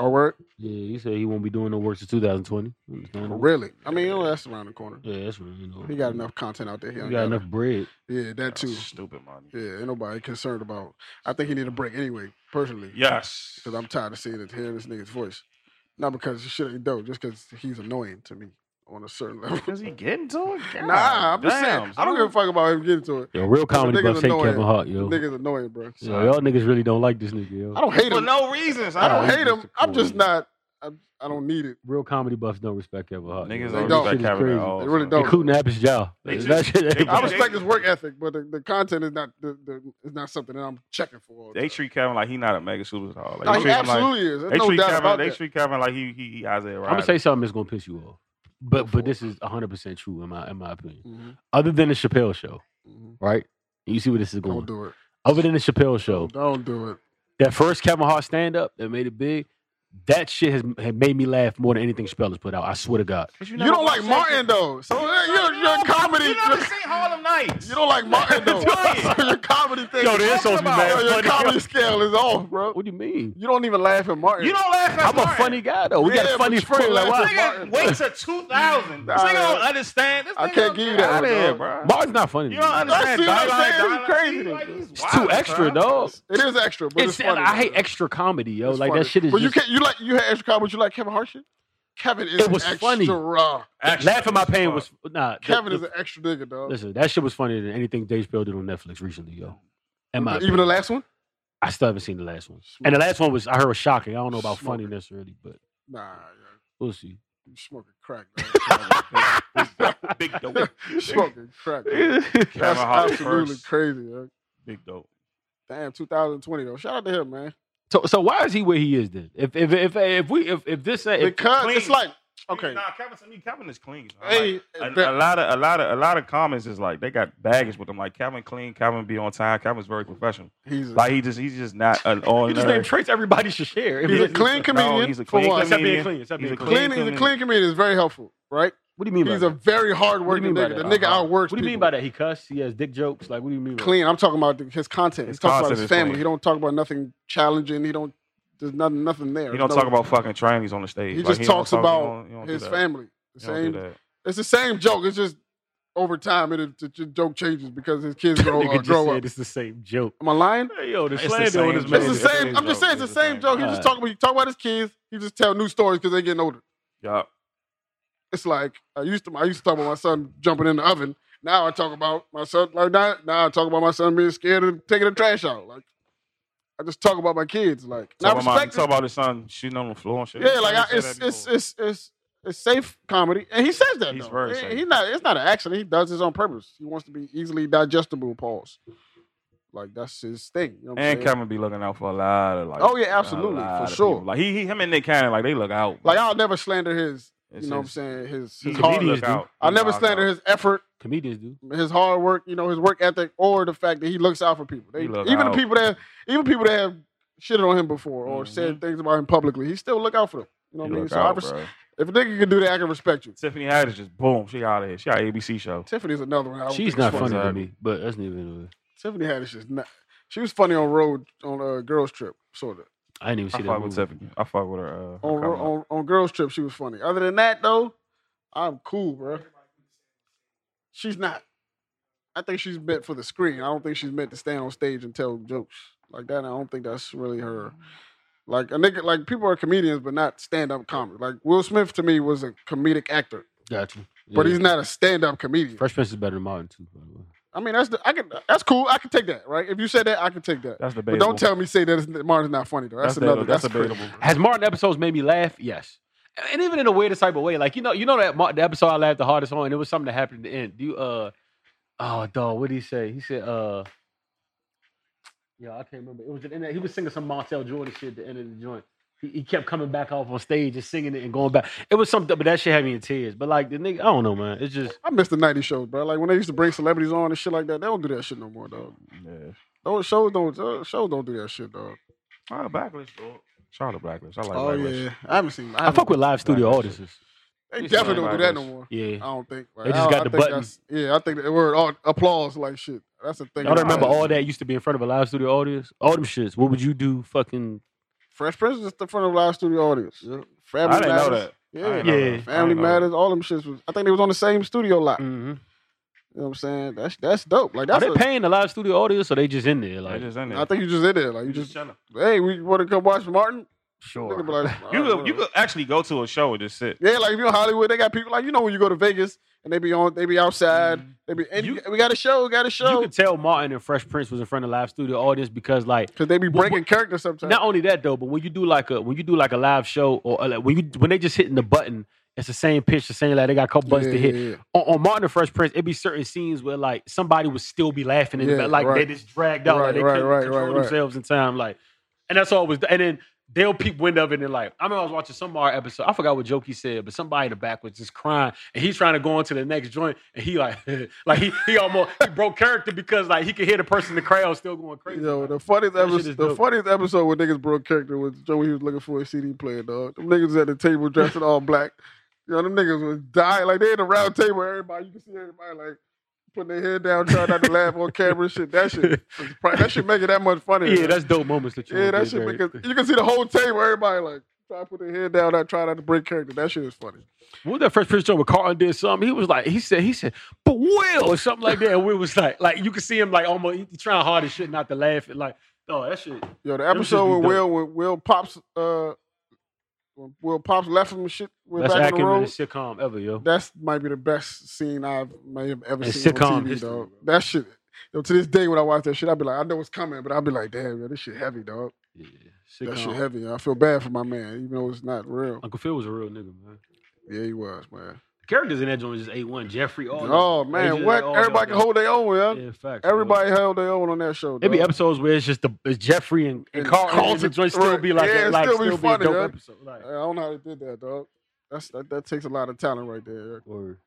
C: Or word?
F: Yeah, he said he won't be doing no work till 2020.
C: Really? I mean, you know, that's around the corner.
F: Yeah, that's right. You know,
C: He got enough content out there. He
F: He
C: ain't
F: got
C: got
F: enough bread.
C: it. Yeah, that
E: That's
C: too.
E: Stupid money.
C: Yeah, ain't nobody concerned about. I think he need a break anyway, personally.
E: Yes.
C: Because I'm tired of seeing it, hearing this nigga's voice. Not because the shit ain't dope, just because he's annoying to me on a certain level.
E: Is he getting to it? God
C: nah, I'm just saying.
E: damn,
C: I don't give a fuck about him getting to it.
F: Yo, real comedy
C: niggas
F: buff ain't
C: annoying.
F: Kevin Hart, yo.
C: The nigga's annoying, bro.
F: yo. Y'all niggas really don't like this nigga, yo.
C: I don't hate
E: For
C: him.
E: no reasons.
C: I don't
F: he's
C: hate
F: just
C: him.
F: a
C: I'm just
F: cool-
C: not. I, I don't need it.
F: Real comedy buffs don't respect Kevin Hart. yo.
E: Niggas
C: They
E: don't
C: don't.
E: respect
F: Shit is
E: Kevin
F: crazy.
E: at all.
C: They really
E: son.
C: don't.
F: Including Abish Jow.
E: They
F: That
E: just-
F: shit ain't-
E: they
C: I
E: just-
C: respect his work ethic, but the, the content is not the, the is not something that I'm checking for. all the time.
E: They treat Kevin like he not a mega superstar. Like,
C: No,
E: they
C: he
E: treat him like,
C: absolutely is. There's
E: they
C: no
E: treat
C: doubt
E: Kevin.
C: about
E: They
C: that.
E: treat Kevin like he he, he Isaiah
F: I'm
E: Ryder.
F: gonna say something that's gonna piss you off. But but this is 100 percent true in my in my opinion.
C: Mhm,
F: Other than the Chappelle show,
C: mhm.
F: right? You see where this is
C: Don't
F: going.
C: do it.
F: Other than the Chappelle show,
C: Don't do it.
F: that first Kevin Hart stand up that made it big, that shit has, has made me laugh more than anything Chappelle has put out. I swear to God.
E: But
C: You
E: never
C: don't like
E: watched
C: Martin
E: that-
C: though, so uh, your your comedy.
E: You never seen Harlem Nights.
C: You don't like Martin though,
E: Right.
C: so your comedy thing.
F: Yo, this
E: insults me, man.
C: Yo, your
F: Funny.
C: comedy scale is off, bro.
F: Oh, What do you mean?
C: You don't even laugh at Martin.
E: You don't laugh at
F: I'm a
E: Martin.
F: funny guy though. We got
C: Yeah,
F: a funny
C: but you ain't
F: friend. Like,
C: laugh
F: why?
C: at Martin.
E: Nigga, wait till 2000. This
C: Nah,
E: nigga don't
C: yeah.
E: understand. This
C: I
E: nigga
C: can't
E: don't
C: give you
E: get
C: that
E: out
C: one,
E: of here,
C: dog.
E: bro.
F: Martin's not funny.
E: You
F: to
E: don't
F: me.
E: understand.
C: see what I'm
E: dialogue,
C: saying?
E: dialogue.
C: It's crazy.
E: He like, he's
F: It's too
E: wild,
F: extra,
E: son.
F: dog.
C: It is extra, but it's,
F: It's,
C: funny.
F: I hate
C: though.
F: extra comedy, yo.
C: It's
F: like
C: funny.
F: that shit is.
C: But
F: just,
C: you can't. You like you had extra comedy. But you like Kevin Hart shit. Kevin is
F: It was
C: extra.
F: funny.
E: Extra
F: Laugh at my
E: as
F: pain
E: fuck.
F: was nah. the-
C: Kevin
F: the-
C: is an extra nigga, dog.
F: listen, that shit was funnier than anything Dave Chappelle did on Netflix recently, yo. Am I?
C: Even the last one?
F: I still haven't seen the last one, and the last one was I heard was shocking. I don't know about
C: Smoke it.
F: funny necessarily, but
C: Nah, yeah.
F: we'll see.
C: You smoking crack, man.
E: Big dope.
C: You smoking crack. Man. That's
E: Kevin Hart
C: absolutely
E: first.
C: crazy. Man.
E: Big dope.
C: Damn, 2020 though. Shout out to him, man.
F: So, so why is he where he is then? If if if, if we if, if this ain't if,
C: Because it's
E: clean.
C: like okay,
E: Nah, Kevin to me, Kevin is clean. son. Like,
C: hey,
E: a,
C: that-
E: a lot of a lot of a lot of comments is like they got baggage with them. Like Calvin clean, Calvin be on time. Calvin's very professional.
C: he's a,
E: Like he just he's just not an all.
F: you just named traits everybody should share. If
C: he's a
F: it's-
C: clean comedian.
E: he's a
C: for
E: clean
C: one.
F: Except being
E: comedian.
F: clean. Except
E: He's
F: being
E: a
F: clean.
C: clean,
E: clean
C: he's a
E: comedian.
C: clean comedian is very helpful, right?
F: What do you mean? by
C: He's a
F: that?
C: very hard
F: What do you
C: working
F: mean by
C: nigga. The
F: that?
C: nigga
E: Uh-huh.
C: outworks.
F: What do you mean by that? He cuss. He has dick jokes. Like, what do you mean? by
C: Clean. I'm talking about the, his content.
E: His
C: He's talking about
E: content
C: his
E: is
C: family.
E: clean.
C: He don't talk about nothing challenging. He don't. There's nothing. Nothing there.
E: He don't
C: No-
E: talk about fucking trannies on the stage.
C: He
E: Like,
C: just
E: don't
C: talks
E: talk- he
C: about
E: don't- he don't do
C: his
E: that.
C: family. The
E: He don't do
C: same.
E: that.
C: It's the same joke. It's just over time it, it the joke changes because his kids
F: that?
C: grow,
F: Nigga
C: uh,
F: just
C: grow
F: said
C: up.
F: it's the same joke.
C: Am I lying?
F: Hey, yo, the
E: It's the
F: slander on
E: same
F: this
E: joke.
F: man.
C: It's the
E: it's the
C: same.
E: same
C: I'm just
E: joke.
C: saying it's the same joke. He just
F: Alright.
C: talking. He talk about his kids. He just tell new stories because they getting older.
E: Yup.
C: It's like I used to. I used to talk about my son jumping in the oven. Now I talk about my son. Like now, now I talk about my son being scared of taking the trash out. Like I just talk about my kids. Like and I
E: Talk about, my-
C: respect.
E: talk about his son shooting on the floor and shit.
C: it. yeah, like I,
E: He said
C: it's,
E: that
C: it's
E: before.
C: it's it's it's safe comedy, and he says that.
E: He's
C: though.
E: very
C: He-
E: safe.
C: He's not. It's not an accident. He does this on purpose. He wants to be easily digestible. Pause. Like that's his thing. You know what I'm
E: and
C: saying?
E: Kevin be looking out for a lot of like.
C: Oh, yeah,
E: a
C: absolutely, for
E: lot of
C: sure.
E: people. Like he, he, him and Nick Cannon, like they look out.
C: Like I'll never slander his.
E: It's
C: you know
E: his-
C: what I'm saying? His
E: He
C: his
E: can
C: hard.
F: comedians
E: look out.
C: I'll never
E: He look
C: slander
E: out.
C: his effort.
F: Comedians do.
C: his hard work, you know, his work ethic, or the fact that he looks out for people. They,
E: He look
C: even
E: out. Mm-hmm.
C: the people that even people that have shitted on him before or said things about him publicly, he still look out for them. You know
E: He
C: what I mean?
E: look
C: So I
E: out,
C: res-
E: bro.
C: if a nigga can do that, I can respect you.
E: Tiffany Haddish just boom, she out of here. She got ABC show.
C: Tiffany's another one. I don't
F: She's
C: think
F: not
C: she's
F: funny to
E: Exactly.
F: me, but that's neither. here nor there.
C: Tiffany Haddish is not. She was funny on road on a girls trip, sort of.
F: I didn't even
E: I
F: see that
E: fuck with
F: movie.
E: Tiffany. I fuck with her. Uh, her
C: On, ro-
E: comedy.
C: on on girls trip, she was funny. Other than that, though, I'm cool, bro. She's not. I think she's meant for the screen. I don't think she's meant to stand on stage and tell jokes like that. I don't think that's really her. Like a nigga, like people are comedians, but not stand-up comic. Like Will Smith to me was a comedic actor,
F: Gotcha.
C: but
F: Yeah.
C: he's not a stand-up comedian.
F: Fresh Prince is better than Martin too. By the way.
C: I mean, that's the, I can that's cool. I can take that, right? If you said that, I can take that.
E: That's debatable.
C: But don't tell me say that, it's, that Martin's not funny though. That's, another.
E: debatable.
C: That's,
E: that's
C: crazy.
E: debatable.
F: Has Martin episodes made me laugh? Yes. And even in a weirdest type of way, like you know, you know that Mar- the episode I laughed the hardest on, it was something that happened at the end. Do you uh, oh dog, what did he say? He said uh, yeah, I can't remember. It was at the end. of- He was singing some Montel Jordan shit at the end of the joint. He, he kept coming back off on stage and singing it and going back. It was something, but that shit had me in tears. But like the nigga, I don't know, man. It's just
C: I miss the '90s shows, bro. Like when they used to bring celebrities on and shit like that. They don't do that shit no more, dog.
E: Yeah.
C: Those shows don't uh, shows don't do that shit, dog.
E: Oh, Blacklist, dog. Shout out to Blacklist. I like
C: oh
E: Blacklist.
C: yeah, I haven't seen. I,
F: I
C: haven't-
F: fuck with live studio audiences.
C: They
E: It's
C: definitely
E: not
C: don't do that no
E: Blacklist.
C: more. I
F: Yeah,
C: don't think. Like,
F: They just
C: I-
F: got
C: I
F: the
C: think
F: button.
C: that's- Yeah, I think the word all, applause like shit. That's the thing.
F: y'all don't
C: about
F: remember
C: it.
F: all that used to be in front of a live studio audience. All them shits. What would you do? Fucking
C: Fresh Prince is just in front of live studio audience. Family
E: I didn't
C: matters.
E: know that. I
C: Yeah,
E: didn't know
F: Yeah.
E: that. I didn't
C: Family
E: know
C: Matters. All them shits was. I think they was on the same studio lot. You
F: mm-hmm.
C: know what I'm saying? That's that's dope. Like
F: Are
C: that's.
F: they
C: a-
F: paying the live studio audience or they just in there?
E: that. They
F: Like,
E: just in there.
C: I think you just in there. Like you just.
E: chilling.
C: Hey, we want to come watch Martin?
F: sure.
C: Nigga be like, all
E: You
C: right,
E: could, you
C: whatever.
E: could actually go to a show and just sit.
C: Yeah, like if you're in Hollywood, they got people like you know when you go to Vegas and they be on, they be outside, they be and
F: Mm. You-
C: we got a show, got a
F: You
C: show,
F: could tell Martin and Fresh Prince was in front of live studio audience because, like,
C: because they be
F: Well,
C: breaking character sometimes.
F: not only that though, but when you do like a when you do like a live show or uh, like, when you when they just hitting the button, it's the same pitch, the same like they got a couple buttons to hit.
C: Yeah, yeah, yeah.
F: On, on Martin and Fresh Prince, it'd be certain scenes where like somebody would still be laughing and
C: Yeah,
F: like
C: right.
F: they just dragged out,
C: Right,
F: like, they
C: right,
F: couldn't
C: right,
F: control
C: right, right.
F: themselves in time, like. And that's all it was. And then they'll peep wind of it and like I remember I was watching some Mar episode. I forgot what joke he said, but somebody in the back was just crying and he's trying to go on to the next joint and he like like he he almost he broke character because like he could hear the person in the crowd still going crazy.
C: Yo, the funniest
F: That shit is
C: episode, the
F: dope.
C: funniest episode where niggas broke character was Joey. He was looking for a CD player, dog. Them niggas was at the table dressing all black. You know, them niggas was dying. Like they in the round table, everybody. You can see everybody like putting their head down, trying not to laugh on camera. and Shit, that shit, was pri- that should make it that much funnier.
F: yeah,
C: man.
F: that's dope moments that you
C: yeah,
F: won't
C: that
F: get
C: shit make
F: very-
C: it. You can see the whole table, everybody like try to put their head down, not try not to break character. That shit is funny.
F: What was that first picture where Carlton did something? He was like, he said, he said, but Will or something like that. And Will was like, like you could see him like almost he trying hard as shit not to laugh. And like, oh, that shit.
C: Yo, the
F: Them shits
C: episode
F: be
C: with Will,
F: dope.
C: when Will pops, uh, when Will pops left him and shit. We're
F: That's
C: back on the
F: accurate in a
C: road.
F: sitcom ever, yo.
C: That's might be the best scene I've may have ever
F: And
C: seen
F: sitcom
C: on TV,
F: history,
C: dog. That shit. Yo, to this day, when I watch that shit, I'd be like, I know what's coming, but I'd be like, damn, yo, this shit heavy, dog.
F: Yeah,
C: That shit
F: sitcom.
C: heavy. yo. I feel bad for my man, even though it's not real.
F: Uncle Phil was a real nigga, man.
C: Yeah, he was, man.
F: Characters in that joint is just eight one. Jeffrey. All
C: Oh,
F: them. They
C: man,
F: just-
C: what?
F: all
C: Everybody can
F: y'all
C: hold their own,
F: got-
C: yeah.
F: Yeah, facts. bro.
C: Everybody held their own on that show.
F: There be
C: dog.
F: episodes where it's just the it's Jeffrey and, and
C: And
F: Carl
C: Carlton,
F: Carlton joint still
C: right.
F: be like,
C: Yeah,
F: a,
C: it
F: like
C: still be funny,
F: a dope
C: huh?
F: episode. Like,
C: I don't know how they did that, dog. That's that, that takes a lot of talent right there.
F: or,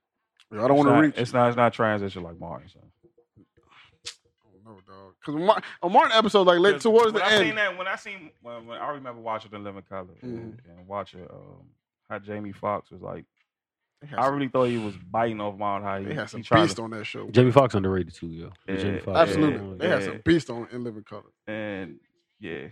C: I don't want to reach.
E: It's not. It's not transition like Martin. So.
C: I don't know, dog. Because on Martin, on Martin episode, like late towards
E: when
C: the
E: I Seen
C: end,
E: that, when I seen, when, when I remember watching *The Living Color* and,
C: Mm-hmm.
E: and watching um, how Jamie Foxx was like,
C: they had
E: I
C: some,
E: really thought he was biting off Mount High.
C: they
E: He,
C: had
E: he
C: some
E: tried
C: beast
E: to,
C: on that show.
F: Jamie Foxx underrated too, yo.
E: Yeah,
F: Jamie Fox.
C: Absolutely,
E: Yeah.
C: they had some beast on in Living Color.
E: and yeah,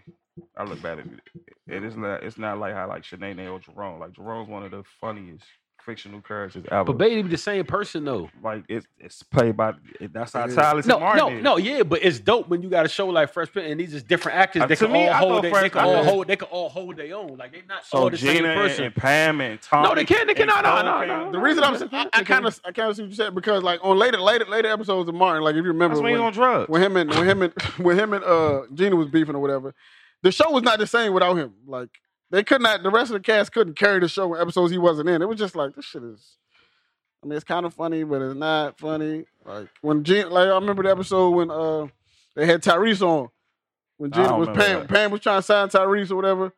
E: I look back at it. It is not. It's not like how like Shanae or Jerome. Like Jerome's one of the funniest fictional characters ever.
F: But Bailey be the same person though.
E: like it's it's played by. It, that's how
C: It is.
E: Tyler
F: No,
E: Martin.
F: no,
E: is.
F: no, yeah, but it's dope when you got a show like Fresh Prince and these just different actors.
E: Uh,
F: They
E: to
F: can
E: me,
F: all
E: I
F: hold.
E: thought
F: They, they
E: Fresh
F: can all
E: Prince-
F: hold. They can all hold their own. Like they're not all
E: So
F: the same
E: Oh, Gina and,
F: person.
E: and Pam and Tom.
F: no, they can. They can. No, no, no, no.
C: The reason I'm, I, I kind of, I kind of see what you said because like on later, later, later episodes of Martin, like if you remember
E: That's when he's on
C: when,
E: drugs.
C: when him and when him and when him and uh Gina was beefing or whatever, the show was not the same without him. Like they could not, the rest of the cast couldn't carry the show in episodes he wasn't in. It was just like this shit is. I mean, it's kind of funny, but it's not funny. Like when Gina, like I remember the episode when uh they had Tyrese on. When
E: I don't
C: Gina was
E: remember
C: Pam,
E: that.
C: Pam was trying to sign Tyrese or whatever.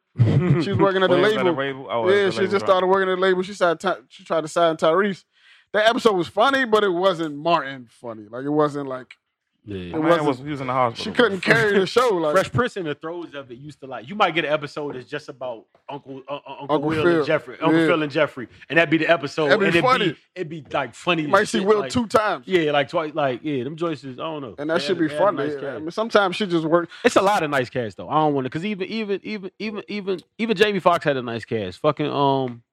C: She was working at the
E: Well,
C: label.
E: label- oh,
C: yeah,
E: the
C: she
E: label,
C: just
E: right.
C: started working at the label. She signed, Ty- she tried to sign Tyrese. That episode was funny, but it wasn't Martin funny. Like it wasn't like
E: My
F: Yeah.
C: it
E: man
C: wasn't-
E: was, he was in the hospital.
C: she couldn't carry the show. Like
F: Fresh Prince in the throes of it used to like you might get an episode that's just about Uncle uh, uh, Uncle,
C: Uncle
F: Will
C: Phil.
F: and Jeffrey, Uncle
C: Yeah.
F: Phil and Jeffrey, and that'd be the episode.
C: That'd be
F: and it'd
C: funny.
F: be it'd be like funny.
C: you
F: as
C: might see
F: shit,
C: Will
F: like-
C: two times,
F: Yeah, like twice. Like yeah, them joints is I don't know.
C: and that
F: They
C: should
F: had-
C: be
F: they had a
C: funny.
F: nice
C: yeah. I
F: cast.
C: mean, sometimes she just works.
F: It's a lot of nice cast though. I don't want to because even even even even even even Jamie Foxx had a nice cast. Fucking um,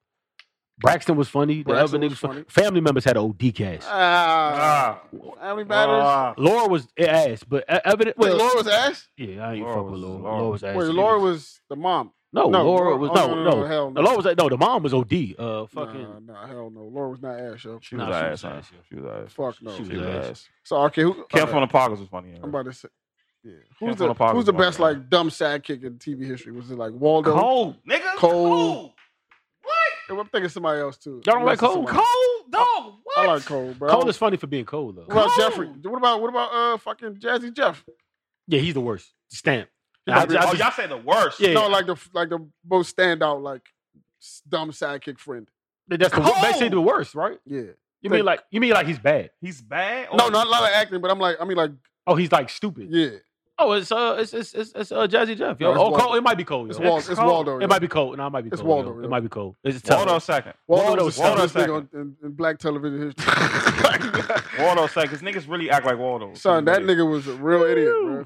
F: Braxton was funny. The
C: Braxton
F: other niggas
C: was
F: funny.
C: funny.
F: Family members had an OD cast.
C: Ah,
E: Ah,
C: Family Matters.
E: ah.
F: Laura was ass, but e- evident.
C: Wait,
F: well,
C: Laura was ass.
F: Yeah, I ain't
E: Laura
F: fuck with
E: was-
F: Laura.
E: Laura-
F: Laura, was ass.
C: Wait, Laura was the mom.
F: No,
C: No,
F: Laura
C: Laura-
F: was
C: oh,
F: no, no, no.
C: hell no.
F: No, Laura was no. The mom was OD. Uh, fucking.
C: Nah, nah, hell no. Laura was not ass, yo.
E: She was
F: Nah, she was
E: ass.
F: an
E: huh?
F: ass, yeah.
E: She was ass.
C: Fuck no.
F: She was
E: She was
F: ass.
E: ass.
C: So okay, who?
E: Cam
C: okay,
E: from the Pockets was funny.
C: I'm
E: Yeah.
C: about to say. Yeah. Who's
E: Cam
C: the,
E: from the Pockets
C: who's the
E: was my
C: best
E: guy.
C: like dumb sidekick in TV history? Was it like Waldo?
E: Cold, nigga.
C: Cole.
E: Cold.
C: I'm thinking somebody else too.
F: Y'all don't
C: Unless it's
F: like Cole?
C: somebody-
E: Cold dog. What?
C: I like Cole, bro.
F: Cole is funny for being cold though.
C: What about
E: Cole.
C: Jeffrey? What about what about uh fucking Jazzy Jeff?
F: Yeah, he's the worst. Stamp.
C: He
F: I, I
C: might be-
E: oh,
F: just,
E: y'all said the worst.
F: Yeah.
C: No, like the like the most standout like s- dumb sidekick friend.
F: that's the,
E: Cole.
F: basically the worst, right?
C: Yeah.
F: You mean like you mean like he's bad?
E: He's bad.
C: No,
E: or-
C: not a lot of acting, but I'm like I mean like
F: Oh, he's like stupid.
C: yeah.
F: Oh, it's uh, it's it's it's, it's uh, Jazzy Jeff.
C: No,
F: Yo.
C: it's
F: oh, Cole.
C: Waldo.
F: It might be Cole.
C: It's,
F: yo.
C: Wal- it's
E: Cole.
C: Waldo.
F: It might be Cold. No, it might be
C: It's
F: Cold.
C: Waldo,
F: yo.
C: yeah.
F: It might be Cold. It's tough.
E: Waldo second.
C: Waldo
F: Waldo's
C: was Waldo
E: Waldo's
C: big on
E: second.
C: in, in black television history.
E: Waldo second. Cause niggas really act like Waldo.
C: Son, that nigga was a real idiot, bro.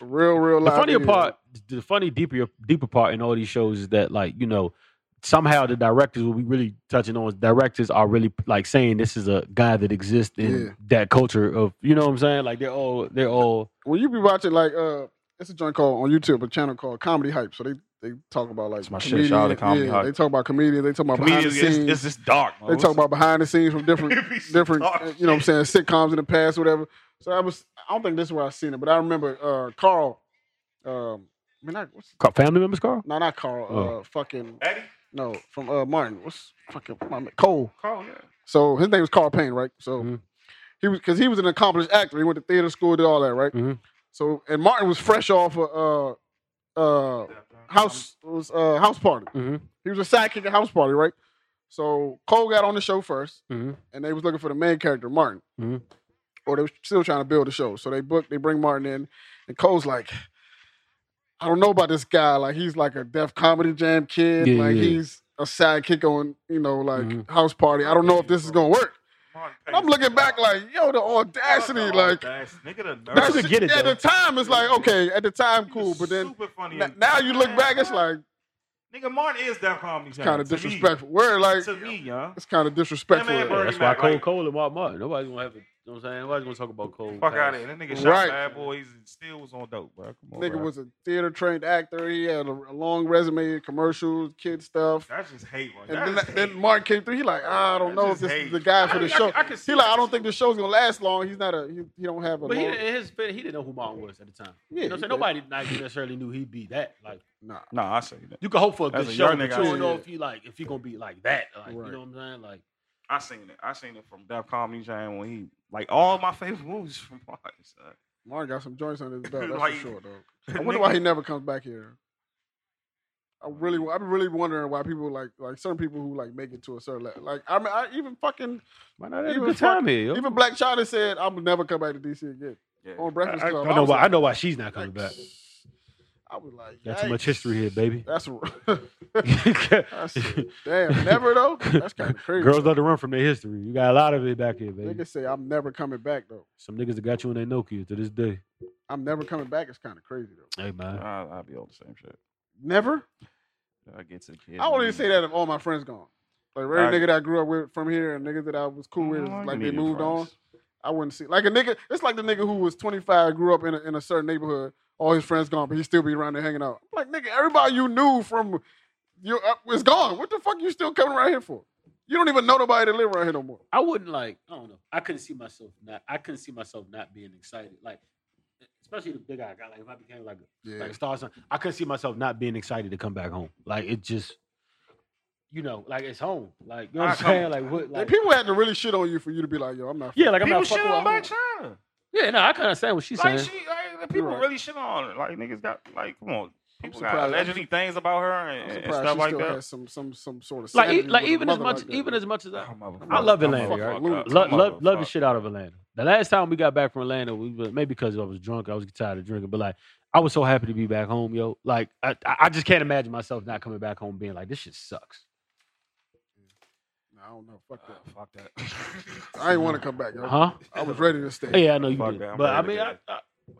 C: A Real, real
F: The
C: life.
F: funnier
C: idiot.
F: part, the funny deeper deeper part in all these shows is that like you know somehow the directors what we really touching on is directors are really like saying this is a guy that exists in
C: Yeah.
F: that culture of you know what I'm saying like they're all they're all
C: when you be watching like uh it's a joint called on YouTube, a channel called Comedy Hype. So they they talk about like
E: That's my shit, shout out to
C: comedians.
E: Comedy
C: yeah,
E: Hype.
C: They talk about comedians, they talk about
E: Comedians,
C: behind the
E: it's,
C: scenes.
E: it's just dark.
C: they talk about behind the scenes from different different uh, you know what I'm saying, sitcoms in the past, whatever. So I was I don't think this is where I seen it, but I remember uh Carl um I mean not what's
F: Ca- family members. Carl,
C: no not Carl,
F: Oh.
C: uh fucking
E: Eddie,
C: no, from uh Martin. What's fucking my man, Cole.
E: Cole, yeah.
C: So his name was Carl Payne, right? So
F: Mhm.
C: he was because he was an accomplished actor. He went to theater school, did all that, right?
F: Mhm.
C: So and Martin was fresh off of uh uh house was uh house party.
F: Mhm.
C: He was a sidekick at house party, right? So Cole got on the show 1st
F: Mhm.
C: and they was looking for the main character, Martin.
F: Mhm.
C: Or they were still trying to build the show. So they booked, they bring Martin in, and Cole's like, I don't know about this guy. Like he's like a deaf comedy jam kid.
F: Yeah,
C: like
F: yeah.
C: he's a sidekick on, you know, like
F: Mhm.
C: house party. I don't know if this is gonna work. And I'm looking back like, yo, the audacity, like
E: nigga, the
F: That's
E: nurse.
F: a- get it,
C: at
F: though.
C: the time it's like, okay, at the time cool, but then
E: super funny.
C: n- now you look back, it's like
E: nigga Martin is that comedy. It's
C: kind of disrespectful. Word like
E: To me, young.
C: it's kind of disrespectful.
E: Yeah, man, bro.
F: that's
E: Bernie
F: why
E: Mac,
F: Cole
E: like-
F: Cole and Mark Martin nobody's gonna have a know what I'm saying? Why you gonna talk about Cole?
E: Fuck out of
F: Cass?
E: here. That nigga shot
C: Right.
E: Bad Boy. He still was on dope, bro. Come on,
C: Nigga
E: bro.
C: was a theater trained actor. He had a, a long resume, commercials, kid stuff.
E: That's just hate, bro.
C: And
E: That's
C: then,
E: just
C: then
E: hate.
C: Mark came through. He like, "Ah, I don't
E: That's
C: know if
E: just
C: this
E: hate.
C: is the guy for
E: I-
C: the
E: I-
C: show.
E: I can see
C: he like,
E: that.
C: I don't think the show's gonna last long. He's not a. He, he don't have a.
F: But he,
C: long,
F: in his fit, he didn't know who Martin was at the time.
C: Yeah,
F: you know what I'm
C: he
F: saying?
C: did.
F: Nobody like, necessarily knew he'd be that. Like
C: nah.
E: Nah, I say that.
F: you could hope for a
E: That's
F: good
E: a
F: show,
E: young
F: but
E: nigga.
F: you don't know
C: Yeah.
F: if he like if he gonna be like that. Like
C: Right.
F: you know what I'm saying? Like
E: I seen it. I seen it from Def Comedy Jam when he like all my favorite movies from Martin. son.
C: Mark got some joints under his belt. That's
E: Like-
C: for sure, though. I wonder why he never comes back here. I really, I'm really wondering why people like like certain people who like make it to a certain level. Like I mean, I even fucking
F: might not
C: have a
F: even
C: good
F: time
C: time
F: here. Yo.
C: even Black China said I would never come back to DC again
E: Yeah.
C: on Breakfast
F: I,
C: Club.
F: I know
C: was
F: why.
C: like-
F: I know why she's not coming
C: like,
F: back.
C: I was like,
F: Got too much
C: yikes.
F: history here, baby.
C: That's I said, damn, never though. That's kind of crazy.
F: Girls love to run from their history. You got a lot of it back here, baby.
C: niggas say I'm never coming back though.
F: Some niggas that got you in their Nokia to this day.
C: I'm never coming back. It's kind of crazy though.
F: Hey man,
E: I, I'll be on the same shit.
C: Never.
E: I get to the kids.
C: I won't even say that if all my friends gone. Like every
E: I-
C: nigga that I grew up with from here and niggas that I was cool with, like they moved on. I wouldn't see like a nigga. It's like the nigga who was 25, grew up in a, in a certain neighborhood. All his friends gone, but he still be around there hanging out. I'm like nigga, everybody you knew from you uh, is gone. What the fuck you still coming around here for? You don't even know nobody that live around here no more.
F: I wouldn't like. I don't know. I couldn't see myself not. I couldn't see myself not being excited. Like, especially the big guy. guy, Like, if I became like a
C: Yeah,
F: like a star, or something, I couldn't see myself not being excited to come back home. Like, it just, you know, like it's home. Like, you know
E: I
F: what I'm
E: Ah, come-
F: saying? Like, what?
C: Like,
F: Like,
C: people had to really shit on you for you to be like, yo, I'm not.
F: yeah, like I'm
E: people
F: not
E: shit
F: fucking
E: on
F: with
E: Black
F: home.
E: China.
F: Yeah, no, I kind of understand what she's
E: Like
F: saying.
E: she, like, the people
C: right.
E: really shit on her. Like niggas got like, come on. People got
C: surprised-
E: allegedly things about her and, and
C: surprised
E: stuff
C: she
E: like
C: still
E: that.
C: has some some some sort of
F: like, e-
C: sanity
F: like
C: with a
F: even as
C: mother
F: much,
C: like that.
F: even as much as I,
E: I'm a-
F: I love
E: I'm a
F: Atlanta,
E: fuck
C: right?
E: up.
C: Love-
F: love,
E: I'm a
F: love, love the
E: fuck.
F: shit out of Atlanta. The last time we got back from Atlanta, we were, maybe because I was drunk, I was tired of drinking, but like I was so happy to be back home, yo. Like I, I I just can't imagine myself not coming back home being like this shit sucks.
C: Nah, I don't know. Fuck
E: Uh,
C: that.
E: Fuck that.
C: I ain't want to come back. Yo.
F: Huh?
C: I was ready to stay.
F: Yeah, I know you
E: Fuck
F: did,
E: that, I'm
F: but I
E: ready
F: mean,
E: to
F: I,
E: get
F: I,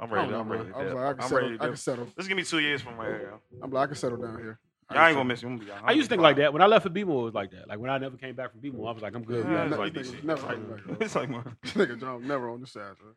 E: I'm
C: I, don't
E: ready.
C: know,
E: I'm ready.
C: man.
E: to
C: I was
E: dip.
C: like, I can
E: I'm
C: settle.
E: ready. to
C: I
E: dip.
C: can settle.
E: Just give me two years from right here.
C: I'm like, I can settle down here.
E: Y'all ain't gonna miss me. I'm gonna be-
F: I used to think like that when I left for BMO. It was like that. Like when I never came back from BMO, I was like, I'm good.
E: Yeah,
F: man.
E: it's
C: Nah,
E: like
C: this
E: DC.
C: nigga's never
E: It's
C: coming
E: like-
C: back.
E: It's like more.
C: This nigga John never on the side, bro.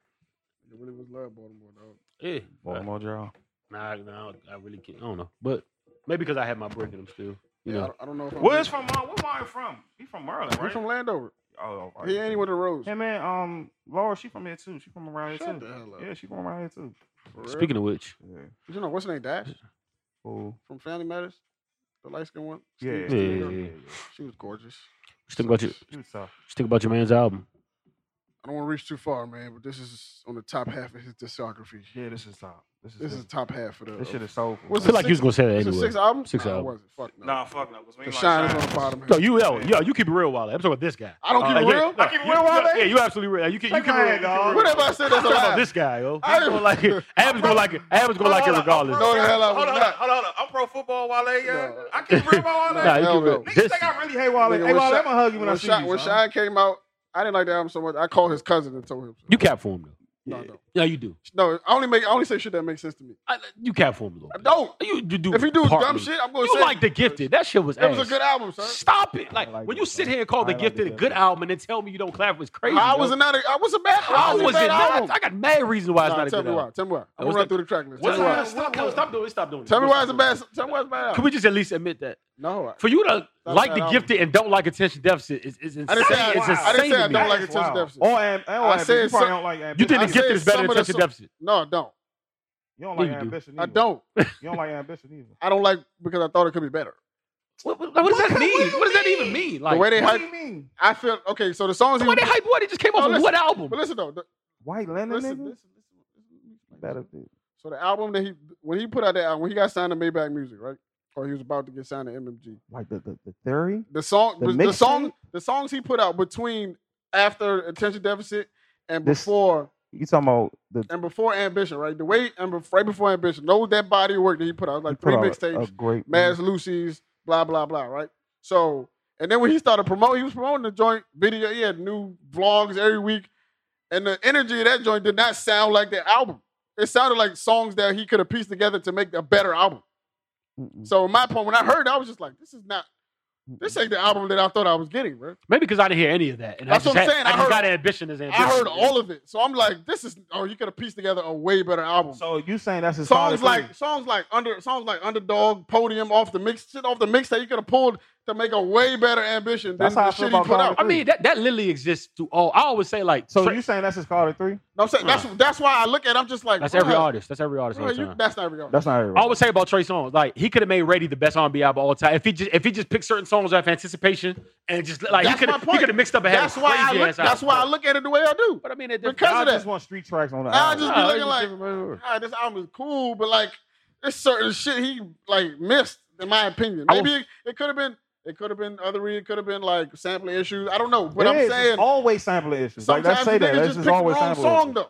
C: Nigga really was love Baltimore, dog.
F: Yeah.
E: Baltimore draw.
F: Nah, nah, I really can't. I don't know, but maybe because I had my break in them still. You
C: Yeah, I,
F: know,
C: don't, I don't know if I'm
E: Where's from? Uh, where Mario from? He from Maryland,
C: He
E: right?
C: from Landover.
E: oh, all right.
C: He ain't with the Rose.
E: Hey man, um, Laura, she from here too. She from around here
C: Shut
E: too.
C: the hell up.
E: Yeah, she from around here too.
C: For real.
F: speaking of which,
E: Yeah.
C: you know what's her name? Dash
E: Cool.
C: from Family Matters, the light skinned one.
E: Yeah.
C: Steve-
F: yeah, yeah,
C: Steve
F: yeah.
C: Irwin.
F: yeah.
C: She was gorgeous.
F: Just think about your,
E: She was tough.
F: just think about your man's album.
C: I don't want to reach too far, man, but this is on the top half of his discography.
E: Yeah, this is tough. This is
C: This is the
E: this,
C: top half of the.
E: this shit is soulful.
C: What's
F: I
C: It's
F: feel
C: a
F: like you was
C: six-
F: gonna say that
C: It's a
F: anyway.
C: six album?
F: Six
C: nah, it
F: album.
C: wasn't. Fuck no.
E: Nah, fuck no. 'cause we
C: The
E: like
C: shine is
E: Shine.
C: on the bottom.
F: No,
C: half.
F: you yo, yo, you keep it real, Wally. I'm talking about this guy.
C: I don't keep
F: Like,
C: it
F: yeah,
C: real.
F: like,
E: I keep it
F: you-
E: real, Wally?
F: Yeah, you absolutely real. You keep, you
E: Like,
F: keep it
E: man,
F: real. You keep it
E: dog.
F: real.
C: What have I said that's
F: I'm talking about
C: alive?
F: this guy, yo.
C: I-
F: He's gonna like it. Ab's gonna like it. Ab's gonna like it regardless.
C: No, the hell I
E: Hold
C: was
E: on,
C: not.
E: hold on, hold on. I'm pro football, Wale. Yeah,
C: No.
E: I keep real about Wale.
F: Nah, you
C: Hell
F: keep it real.
C: no.
E: Niggas
F: This,
E: think I really hate Wale.
C: Nigga,
E: hey,
C: when
E: Wale,
C: Sha-
E: I'm gonna hug you when, I
C: when
E: see
C: Sha-
E: you.
C: When
E: son.
C: Shine came out, I didn't like the album so much. I called his cousin and told him.
F: you cap for him though.
C: No, I don't.
F: Yeah, you do.
C: No, I only make I only say shit that makes sense to me.
F: I, you cap for him though.
C: I don't.
F: You, you do.
C: If he do dumb
F: partly.
C: shit, I'm gonna
F: you
C: say
F: like the gifted. That shit was.
C: That was a
F: ass.
C: good album, son.
F: Stop it! Like,
E: like
F: when
E: it,
F: you sit
E: son.
F: here and call
E: I
F: the
E: like
F: gifted
E: it,
F: a good
E: son.
F: album and then tell me you don't clap was crazy.
C: I
F: yo.
C: was not. A, I was a bad.
F: How was it
C: bad
F: not?
C: album.
F: I got mad reasons why it's
C: Nah,
F: not a
C: tell
F: good
C: me why.
F: album.
C: Tell me why. I'm
F: What's
C: gonna run
F: that-
C: through the track list. Tell
F: What's
C: me why.
F: that? Stop, no, stop doing it. Stop doing it.
C: Tell me
F: Let's
C: why it's a
F: stop
C: bad. Tell me why it's a bad
F: Can
C: album.
F: we just at least admit that?
C: No, I-
F: For you to
C: Stop
F: like
C: that
F: the
C: album.
F: gifted and don't like attention deficit is, is insane.
C: I didn't say I,
F: it's insane
C: I didn't say
F: to
C: I
F: me.
C: don't like
E: That's
C: attention
E: wild.
C: deficit.
E: Or am, or
C: I
E: am-
C: said
E: you probably
C: some-
E: don't like ambition.
F: you think
C: I
F: the
C: said
F: gifted is better
C: some
F: than
C: of the
F: attention
C: so-
F: deficit?
C: No, I don't.
E: You don't
F: Yeah,
E: like
F: you do.
E: ambition.
C: I
E: either.
C: don't.
E: You don't like ambition either.
C: I don't like because I thought it could be better.
F: What, what, what does
E: What-
F: that mean?
E: what
F: What,
E: do you
F: does that
E: mean?
F: even mean? Like
C: the way they hype,
E: What do you mean?
C: I feel okay. So the songs,
F: the
C: he,
F: way they
C: but
F: hype boy, they just came off
C: No,
F: of
C: listen.
F: what album?
C: listen though, the,
E: White Lennon,
C: listen,
E: nigga.
C: listen, listen,
E: Better
C: listen.
E: be.
C: So the album that he when he put out that album, when he got signed to Maybach Music, right? Or he was about to get signed to MMG.
E: Like the, the, the theory.
C: The song,
E: The
C: the, the song,
E: mixtape?
C: the songs he put out between after Attention Deficit and
E: This-
C: before
E: You talking about the
C: and before Ambition, right? The way and bef- right before Ambition, know that body of work that he put out,
E: you
C: like
E: put
C: three
E: out a-
C: mixtapes,
E: A great
C: Mads Lucy's, blah blah blah, right? So, and then when he started promoting, he was promoting the joint video. He had new vlogs every week, and the energy of that joint did not sound like the album. It sounded like songs that he could have pieced together to make a better album.
E: Mm-mm.
C: So, in my point, when I heard, it, I was just like, "This is not This ain't the album that I thought I was getting, bro.
F: Maybe because I didn't hear any of that. And
C: That's
F: I just
C: what I'm
F: had-
C: saying.
F: I,
C: I
F: just
C: heard-
F: got ambition as ambition.
C: I heard all of it, so I'm like, this is. Oh, you could have pieced together a way better album.
E: So you saying that's his
C: songs
E: songs
C: like songs like under songs like underdog podium off the mix shit off the mix that you could have pulled to make a way better ambition
E: That's
C: than
E: how
C: the
E: I feel
C: shit he
E: about
C: put
E: Tyler.
C: out.
F: I mean, that, that literally exists through all. I always say, like,
E: So
F: Tra-
E: you saying that's his Carter three?
C: No, I'm saying that's that's why I look at. It, I'm just like
F: that's
C: bruh,
F: every artist. That's every artist.
C: bruh,
F: all the
C: you-
F: time.
C: that's not every artist.
E: That's not it.
F: I always say about Trey Songz, like he could have made "Ready" the best R&B album of all time if he just if he just picked certain songs off anticipation and just like
C: That's
F: he
C: my
F: could he
C: point.
F: could have mixed up and had
C: That's
F: a
C: why I
F: crazy
C: look,
F: ass
C: that's
F: album.
C: why I look at it the way I do.
F: But I mean, it
C: Because
E: I
C: of that.
E: just want street tracks on the
C: I
E: album.
C: just be
F: Nah,
C: looking like,
F: it's
C: ah, this album is cool, but like there's certain shit he like missed, in my opinion.
F: I will-
C: Maybe it, it could have been it could have been other read, it could have been like sampling issues. I don't know. But
E: It
C: I'm
E: is. It's
C: saying
E: always sampling issues. Like
C: sometimes
E: let's say
C: the
E: that.
C: niggas
E: Let's
C: just
E: just
C: pick the
E: always
C: wrong
E: sample
C: song
E: issues.
C: though.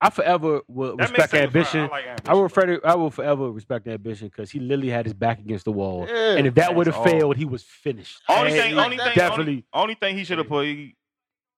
F: I forever will
E: That
F: respect
E: makes sense.
F: ambition.
E: I like ambition,
F: I will,
E: bro.
F: forever, I will forever respect ambition because he literally had his back against the wall,
C: Yeah.
F: and if that would have
E: That's all.
F: failed, he was finished.
E: Only
F: And
E: thing,
F: he
E: only thing,
F: definitely.
E: Only, only thing he should have put, he,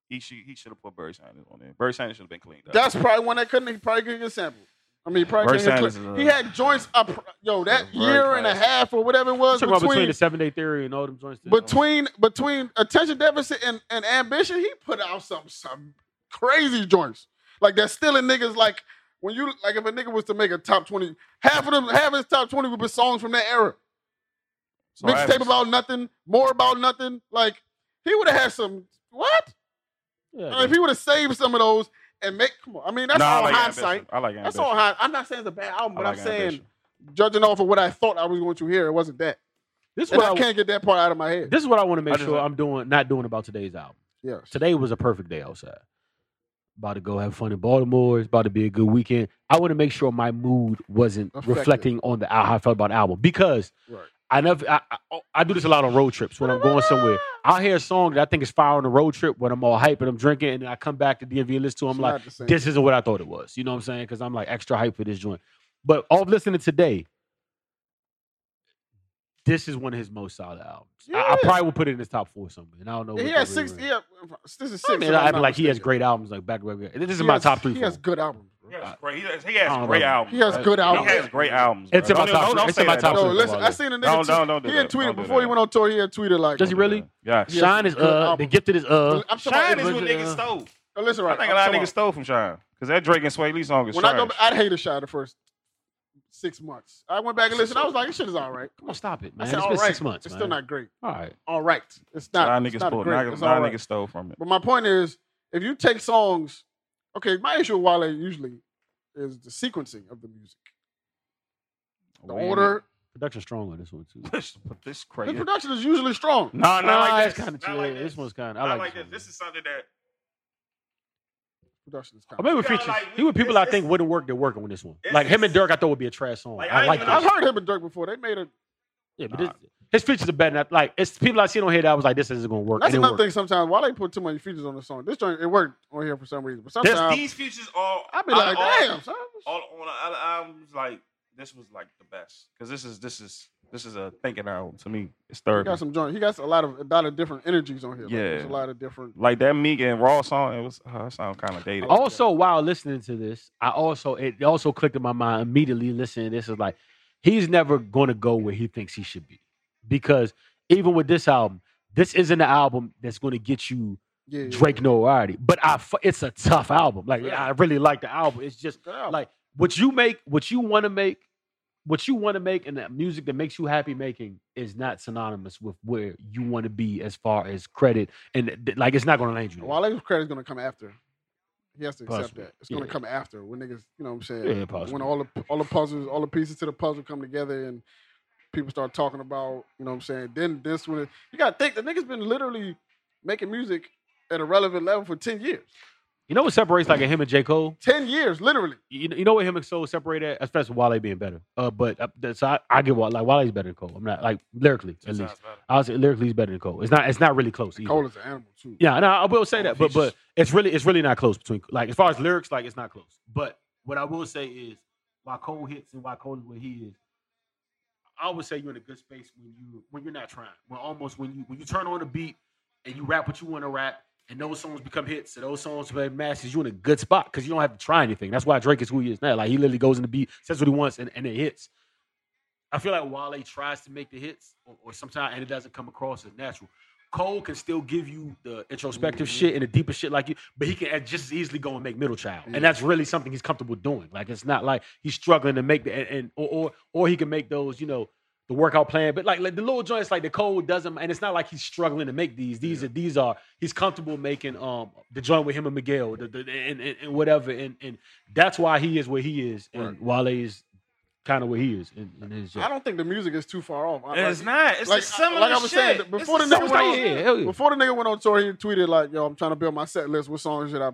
E: he should he should have put Barry Sanders on there. Barry Sanders should have been cleaned up.
C: That's probably one that couldn't. He probably couldn't get sampled. I mean, he probably
E: Verse
C: couldn't get
E: Sanders
C: cl-
E: is a-
C: He had joints up, yo, that
E: very
C: year and a
E: classic.
C: half or whatever it was
F: Talking about between
C: between
F: the Seven Day Theory and all them joints. that-
C: between between attention deficit and, and ambition, he put out some some crazy joints. Like that's still in niggas like when you like if a nigga was to make a top twenty, half of them half his top twenty would be songs from that era.
E: So I
C: Mixtape
E: have-
C: about nothing, more about nothing. Like he would have had some what?
F: Yeah,
C: And if he would have saved some of those and make come on, I mean that's
E: Nah,
C: all
E: I like
C: hindsight.
E: Ambition. I like
C: That's
E: ambition.
C: all high. I'm not saying it's a bad album, but
E: I
C: I'm
E: like
C: saying
E: Ambition.
C: judging off of what I thought I was going to hear, it wasn't that.
F: this is
C: And
F: what
C: I
F: I,
C: can't get that part out of my head.
F: this is what I want to
E: I
F: make
E: just
F: sure
E: like-
F: I'm doing, not doing about today's album.
C: Yes.
F: today was a perfect day outside. About to go have fun in Baltimore. It's about to be a good weekend. I want to make sure my mood wasn't
C: Affected.
F: reflecting on the how I felt about the album because
C: Right.
F: I never I, I, I do this a lot on road trips when I'm going somewhere. I'll hear a song that I think is fire on the road trip when I'm all hype and I'm drinking, and I come back to DMV and listen to. it. I'm
C: It's
F: like,
C: not the same.
F: this isn't what I thought it was. You know what I'm saying? Because I'm like extra hype for this joint. But off listening today, this is one of his most solid albums. I, I
C: Yeah.
F: probably would put it in his top four somewhere. And I don't know.
C: Yeah,
F: what
C: he
F: the
C: has
F: real
C: six.
F: rank.
C: Yeah, this is six.
F: I mean,
C: if I'm
F: I
C: not
F: like he has
C: mistaken.
F: great albums like back to back. This is
C: He
F: my
C: has-
F: top three.
C: He
F: for
C: has
F: him.
C: good albums.
E: He has great. He has, he
F: I
E: has
F: don't
E: great
F: know.
E: albums.
C: He has
E: bro.
C: good albums.
E: He has great albums.
F: It's
E: bro.
F: in my
E: Don't-
F: top
E: don't-
F: three.
E: don't
F: It's
E: say
F: in my
E: that.
F: top
E: Don't-
C: No,
F: three.
C: listen.
F: Don't-
C: I seen a nigga.
E: Don't- don't- don't do
C: tweet- he had
E: that. Don't
C: tweeted
E: do
C: before he
E: that.
C: went on tour. He had tweeted like.
F: Does he really?
E: Yeah.
C: He has
F: Shine is
C: good
F: uh. The
C: albums.
F: gifted is uh.
C: I'm talking
E: Shine
C: about.
E: is what
F: Virgin,
E: niggas
F: uh,
E: stole.
C: Oh, Listen,
E: I
C: right.
E: think a
C: I'm
E: lot of
C: talking
E: niggas stole from Shine because that Drake and Sway Lee song
C: about-
E: is
C: When I
E: trash.
C: go, back- I hated Shy the first six months. I went back and listened. I was like, this shit is all right.
F: Come on, stop it,
C: I
F: man.
C: said,
F: It's
C: all
F: been
C: right.
F: six months.
C: It's
F: man.
C: still not great.
F: All right.
C: All right. It's
E: Nine
C: not. It's
E: niggas
C: not
E: pulled.
C: great.
E: Nine
C: It's all
E: nine
C: right.
E: niggas stole from it.
C: But my point is, if you take songs, okay, my issue with Wale usually is the sequencing of the music, the
E: Wait a
C: order.
F: Production strong on this one too.
E: minute. This, but this
C: The
E: crazy.
C: production is usually strong.
E: Nah, not
F: Nah,
E: like
F: it's
E: this.
F: kinda
E: Not
F: chill.
E: like
F: This one's kinda- I
E: Not
F: like this one.
E: This is something that
C: Production is
F: Or
C: kind
F: maybe
C: of.
F: with
E: kinda
F: features.
E: like we-
F: he with people
E: it's-
F: I think wouldn't work. They're working with this one.
E: It's-
F: Like him and
E: it's-
F: Dirk, I thought would be a trash song.
E: Like,
F: I
E: I
F: like
E: ain't
F: that.
E: even-
C: I've heard him and Dirk before. They made a
F: Yeah, but this, his features are better. Than I, like it's people I seen on here that I was like, this isn't gonna work.
C: That's
F: and it
C: another
F: worked.
C: thing. Sometimes why they put too many features on the song. This joint it worked on here for some reason, but
E: There's
C: sometimes
E: these features all.
C: I be
E: all-
C: like,
E: all-
C: damn, son.
E: All on the other albums, like this was like the best because this is this is this is a thinking album to me. It's
C: He
E: therapy.
C: got some joint. He got a lot of a lot of different energies on here. Like, there's a
E: Yeah.
C: lot of different.
E: Like that Meek and Raw song, it was uh, that sound kind of dated.
F: Also, while listening to this, I also it also clicked in my mind immediately listening. to This is like he's never going to go where he thinks he should be because even with this album, this isn't an album that's going to get you
C: Yeah, yeah,
F: Drake notoriety. But I, fu- it's a tough album. Like
C: Yeah. Oh.
F: I really like the album. It's just
C: Good album.
F: like what you make, what you want to make, what you want to make, and the music that makes you happy making is not synonymous with where you want to be as far as credit and th- like it's not going to land you. there.
C: Wale's credit is gonna come after. He has to accept
F: Possibly.
C: that. It's gonna
F: Yeah.
C: come after when niggas, you know what I'm saying?
F: Yeah, possibly.
C: When all the all the puzzles, all the pieces to the puzzle come together and people start talking about, you know what I'm saying? Then this one you gotta think the nigga's been literally making music at a relevant level for 10 years.
F: You know what separates like a him and J Cole?
C: 10 years, literally.
F: you know, you know what him and Soul separate at, especially Wale being better. Uh, but uh, that's I, I get what like Wale's better than Cole. I'm not like lyrically at least. I'll say lyrically he's better than Cole. It's not it's not really close. Either.
C: Cole is an animal too.
F: Yeah, no, I will say that, but
E: features.
F: but it's really it's really not close between like as far as lyrics, like it's not close. But what I will say is why Cole hits and why Cole is where he is. I always say you're in a good space when you when you're not trying. When almost when you when you turn on a beat and you rap what you want to rap, and those songs become hits, and those songs become masses. You're in a good spot because you don't have to try anything. That's why Drake is who he is now. Like he literally goes in the beat, says what he wants, and, and it hits. I feel like Wale tries to make the hits, or, or sometimes and it doesn't come across as natural. Cole can still give you the introspective
C: Mm-hmm.
F: shit and the deeper shit like you, but he can just as easily go and make middle child, and
C: Mm-hmm.
F: that's really something he's comfortable doing. Like it's not like he's struggling to make the and, and or, or or he can make those you know the workout plan, but like, like the little joints like the Cole doesn't, and it's not like he's struggling to make these. These are these are he's comfortable making um the joint with him and Miguel the, the, and, and and whatever, and and that's why he is where he is, and Wale is kind of where he is in, in his.
C: I don't think the music is too far off. I- like-
E: It's not. It's
C: like,
E: the similar
C: like I was saying,
E: shit.
C: before
E: It's
C: the
E: the
C: nigga
E: similar
C: was-
E: shit.
F: yeah, hell yeah.
C: Before the nigga went on tour, he tweeted like, "Yo, I'm trying to build my set list. What songs should I?"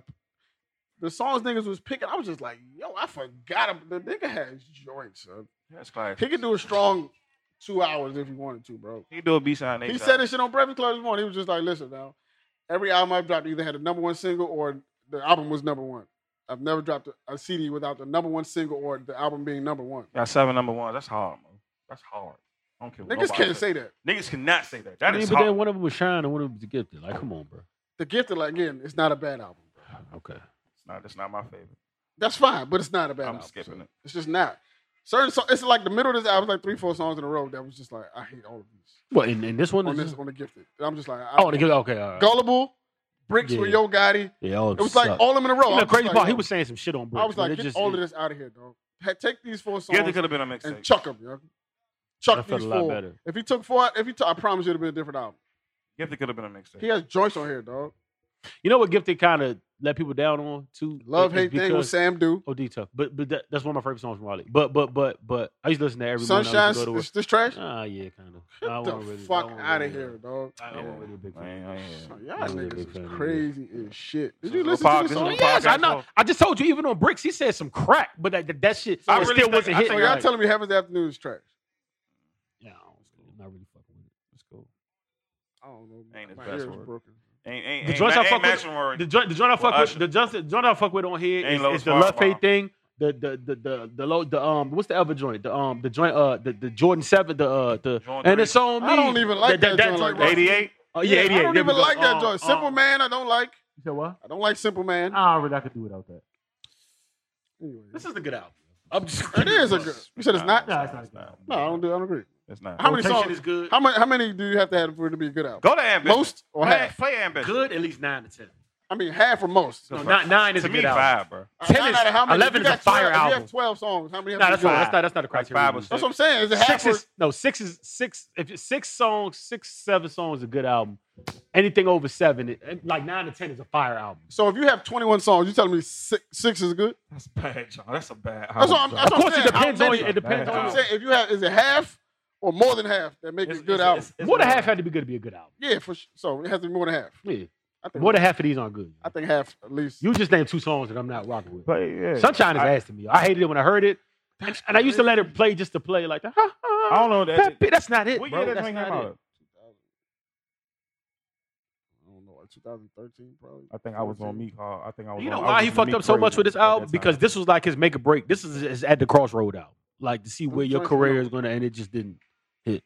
C: The songs niggas was picking, I was just like, "Yo, I forgot him. the nigga has joints. Son.
E: That's classic.
C: He could do a strong two hours if he wanted to, bro."
E: He do a B side.
C: He said this shit on Breakfast Club this morning. He was just like, "Listen, now, every album I've dropped either had a number one single or the album was number one. I've never dropped a, a CD without the number one single or the album being number one.
E: Got seven number ones. That's hard, man. That's hard. I don't care. what
C: Niggas
E: nobody
C: can't say that.
E: Niggas cannot say that.
F: I
E: That
F: mean,
E: is
F: but then
E: hard.
F: one of them was shine and one of them was gifted. Like, come on, bro.
C: The Gifted, like, again, it's not a bad album.
F: Okay.
E: It's not. That's not my favorite.
C: That's fine, but it's not a bad
E: I'm
C: album.
E: skipping
C: son.
E: it.
C: It's just not. Certain so it's like the middle of this album, like three, four songs in a row that was just like, I hate all of these.
F: Well, and, and this one
C: On
F: is.
C: this, on the Gifted. And I'm just like, I
F: Oh, the gift. Okay, all right.
C: Gullible, Bricks
F: Yeah.
C: with Yo Gotti.
F: Yeah, all
C: It was like
F: sucked.
C: all of them in a row.
F: You
C: I
F: know,
C: was
F: crazy
C: like,
F: part. He
C: yo.
F: was saying some shit on bricks.
C: I was
F: man.
C: like,
F: It
C: get
F: just,
C: all
F: it-
C: of this out of here, dog. Ha- Take these four songs
E: Yeah, they could have been a
C: and
E: mixtape.
C: chuck them, yo.
F: That
C: Chuck
F: felt
C: these
F: a lot
C: four.
F: better.
C: If he took four, if he took, I promise you it'd be a different album.
E: Yeah, they could have been a mixtape.
C: He has joints on here, dog.
F: You know what gifted kind of let people down on too?
C: Love
F: Is
C: hate thing with
F: because-
C: Sam Do.
F: Oh, D tough. But but that, that's one of my favorite songs from Wale. But but but but I used to listen to that every morning. I
C: Sunshine,
F: used to go to work.
C: is this trash?
F: Ah, yeah, kind of. I
C: Get the
F: wasn't really, I
C: fuck
F: wasn't
C: out of
F: really- uh,
C: here, dog.
F: I, I wasn't really a big
E: I ain't-
F: fan.
E: I ain't-
C: Y'all
F: I was a
C: niggas
F: big
C: is
F: fan of it.
C: crazy as shit. Did
E: This
C: you
E: is a
C: listen to
E: pod-
C: the
E: this is a
C: song?
E: pod-
F: Yes, I
E: podcast
F: know.
E: show.
F: I just told you, even on Bricks, he said some crack, but that that, that shit
E: I
F: it
E: really
F: still
E: think-
F: wasn't
E: I think
F: hitting.
C: So
E: I
C: y'all
F: like,
C: telling me Heaven's Afternoon is trash?
F: yeah, I'm not really fucking with it.
E: It's cool.
C: I don't know.
E: Ain't his
C: My
E: best
C: ears
E: word.
C: broken.
E: Ain't ain't
F: The
E: ain't,
F: joints I
E: ain't,
F: fuck with-
E: matching word.
F: The joint, the joint I fuck with,
E: Usher.
F: the joint, the joint I fuck with on here
E: Ain't
F: is,
E: Low
F: is the
E: Smile
F: love faith
E: Bomb.
F: thing. The the the the the low the um what's the other joint? The um the joint uh the, the Jordan seven the uh the
E: Jordan
F: and
E: three.
F: it's on me.
C: I don't even like that joint like that.
E: Eighty eight.
F: Oh yeah, 88.
C: I don't
F: there we
C: even
F: go.
C: like that
F: Um,
C: joint. Simple
F: um,
C: Man, I don't like.
F: You said what?
C: I don't like Simple Man.
F: I really I could do without that.
C: Anyway.
F: This is a good album. I'm just
C: It is a good. You said it's not.
F: Nah, it's not a good album.
C: No, I don't. Do, I don't agree.
E: It's not.
C: How many
F: Rotation
C: songs?
F: is good.
C: How many? How many do you have to have for it to be a good album?
E: Go to ambition.
C: Most or
E: play,
C: half?
E: Play ambition.
F: Good, at least nine to ten.
C: I mean, half or most.
F: No, not nine is
E: to
F: a
E: me
F: good album.
E: five, bro.
F: Ten
C: Nine
F: is-
C: out of how many?
F: 11
C: If you
F: is a
C: got
F: fire
C: 12 If you
F: album.
C: have Twelve songs. How many? have
F: Nah,
C: to
F: that's
C: be
F: not
C: good?
F: that's not that's not a
E: Like
F: criteria.
E: five or
F: we use.
E: six.
C: That's what I'm saying. Is it half
F: six
C: or?
F: is no six is six if it's six songs six seven songs is a good album anything over seven it- it- like nine to ten is a fire album
C: So if you have 21 songs, you telling me six, six is good?
E: That's bad, John. That's a bad.
C: That's what I'm. That's
F: of
C: what I'm
F: course it
C: saying. How
F: depends on
C: many-
F: it depends
E: Bad
C: That's what
F: on
C: I'm
E: album.
C: saying. If you have, is it half or more than half that make it a good album?
F: more than half had to be good to be a good album
C: yeah, for sure. So it has to be more than half.
F: yeah
C: I think.
F: more than half of these aren't good
C: I think half at least.
F: you just named two songs that I'm not rocking with
E: Play, yeah.
F: Sunshine is
E: I-
F: ass to me I hated it when I heard it and, and I used to let it play just to play like that. "Ha, ha,
E: I don't know that.
F: Peppy." that's not it
E: what
F: bro.
E: year that
F: that's
E: thing came
F: not it.
E: out?
C: I don't know, like 2013 probably.
E: I think I was on Meek Hall. I think I was.
F: You know
E: on- I
F: why
E: was
F: he
E: on
F: fucked
E: Meek
F: up so much
E: Crazy
F: with this
E: at that
F: album?
E: time.
F: Because this was like his make or break. This is, is at the crossroad album, like to see where your
C: joints were
F: career
C: dope.
F: is going to, and it just didn't hit.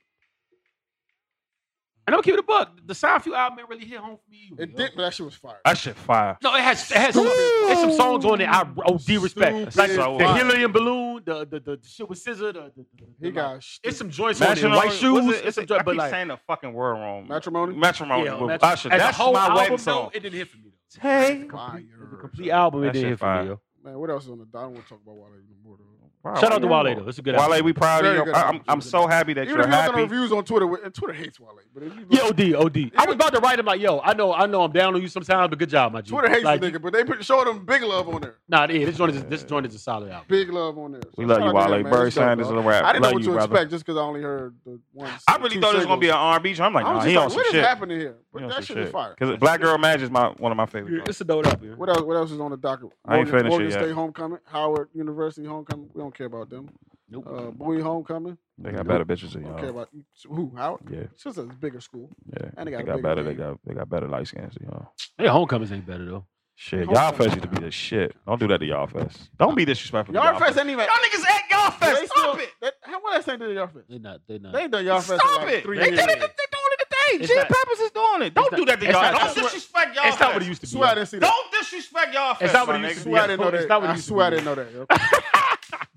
F: And I'm keeping it a buck. The Soundview album didn't really hit home for me. either,
C: It
F: yo.
C: did, but that shit was fire.
E: that shit fire.
F: No, it has it has some, it's some songs on it. I OD respect,
C: Stupid
F: like
E: So
F: the
E: fire.
F: helium balloon, the the, the, the shit with scissor. The, the, the,
C: he
F: the-
C: got
F: it's
C: stupid.
F: some joints on it.
E: Matrimony-
F: White shoes,
E: was it-
F: it's
E: It's
F: some
E: a, I
F: joints, but
E: keep
F: like
E: saying the fucking word wrong.
C: Matrimony?
E: Matrimony.
F: yeah,
E: with
F: matri-
E: Usher.
F: as
E: That's
F: a whole
E: my
F: album,
E: wedding
F: though,
E: song.
F: it didn't hit for me. Though.
E: Hey,
C: fire.
F: The complete album, it
E: That shit
F: didn't hit for
E: fire.
F: me. Yo.
C: Man, what else is on the? I don't want to talk about Wale anymore. Though.
E: Wow,
F: Shout out to
E: wow.
F: Wale though. It's a good album.
E: Wale, we proud of
C: Very
E: you.
C: good
E: I-
C: album.
E: I'm, I'm so happy that
C: Even
E: you're
C: if you look at the
E: happy.
C: reviews on Twitter, and Twitter hates Wale. But if you look,
F: Yeah, OD, OD. I was about to write him like, yo, I know, I know, I'm down on you sometimes, but good job, my G.
C: Twitter hates
F: like,
C: the nigga, but they put showed him big love on there.
F: Nah, yeah, this joint is this joint is a solid album.
C: Big love on there. So
E: We love
C: shout
E: you,
C: out to
E: Wale.
C: him, man.
E: Barry
C: It's dope,
E: Sanders
C: dog.
E: is a rap.
C: I didn't
E: Love
C: know what
E: you,
C: to
E: brother.
C: expect just because I only heard the one.
E: I really
C: two
E: thought it was gonna be an
C: singles.
E: R&B. joint. I'm like,
C: I
E: nah,
C: was
E: he
C: just
E: on
C: like,
E: some
C: what is
E: shit.
C: happening here? But that shit is fire.
E: Because Black Girl Magic is my one of my favorite. songs.
F: a dope album.
C: What else? What else is on the docket?
E: I
C: Morgan,
E: ain't finished it
C: Morgan
E: yet.
C: State homecoming, Howard University homecoming. We don't care about them.
F: Nope.
C: Uh, Bowie homecoming.
E: They got better bitches than
C: We don't care
E: y'all.
C: about who Howard.
E: Yeah,
C: It's just a bigger school.
E: yeah.
C: And they got
E: They
C: a
E: got
C: big
E: better. They
C: game.
E: got they got better light skins than y'all.
F: Hey, Homecomings ain't better though.
E: Shit,
C: Hold
E: y'all
C: on.
E: fest used to be the shit. Don't do that to y'all fest. Don't be disrespectful. to
C: Yard Fest ain't even.
E: Y'all niggas at y'all
C: Do
E: fest.
C: they
E: Stop
C: still-
E: it.
C: That, how what else they did Yard Fest?
F: They not, they not.
C: They ain't done Yard Fest. in
E: Stop
C: like
E: it.
C: Three
E: They did
C: years.
E: it. They doing it today.
F: It's
E: Jay
F: not-
E: Peppers is doing it. Don't
F: not-
E: do that to
F: it's
E: y'all.
F: not-
E: Don't
F: it's not-
E: disrespect y'all.
F: it's not what it
E: fest.
F: used to be.
C: Swear I didn't see that.
E: Don't disrespect y'all fest.
F: It's not what
E: my
F: it used to
E: nigga.
F: be.
C: Swear I didn't know
F: It's
C: that.
F: not what it
C: I
F: used to
C: swear I
F: be.
C: didn't know that. Yo.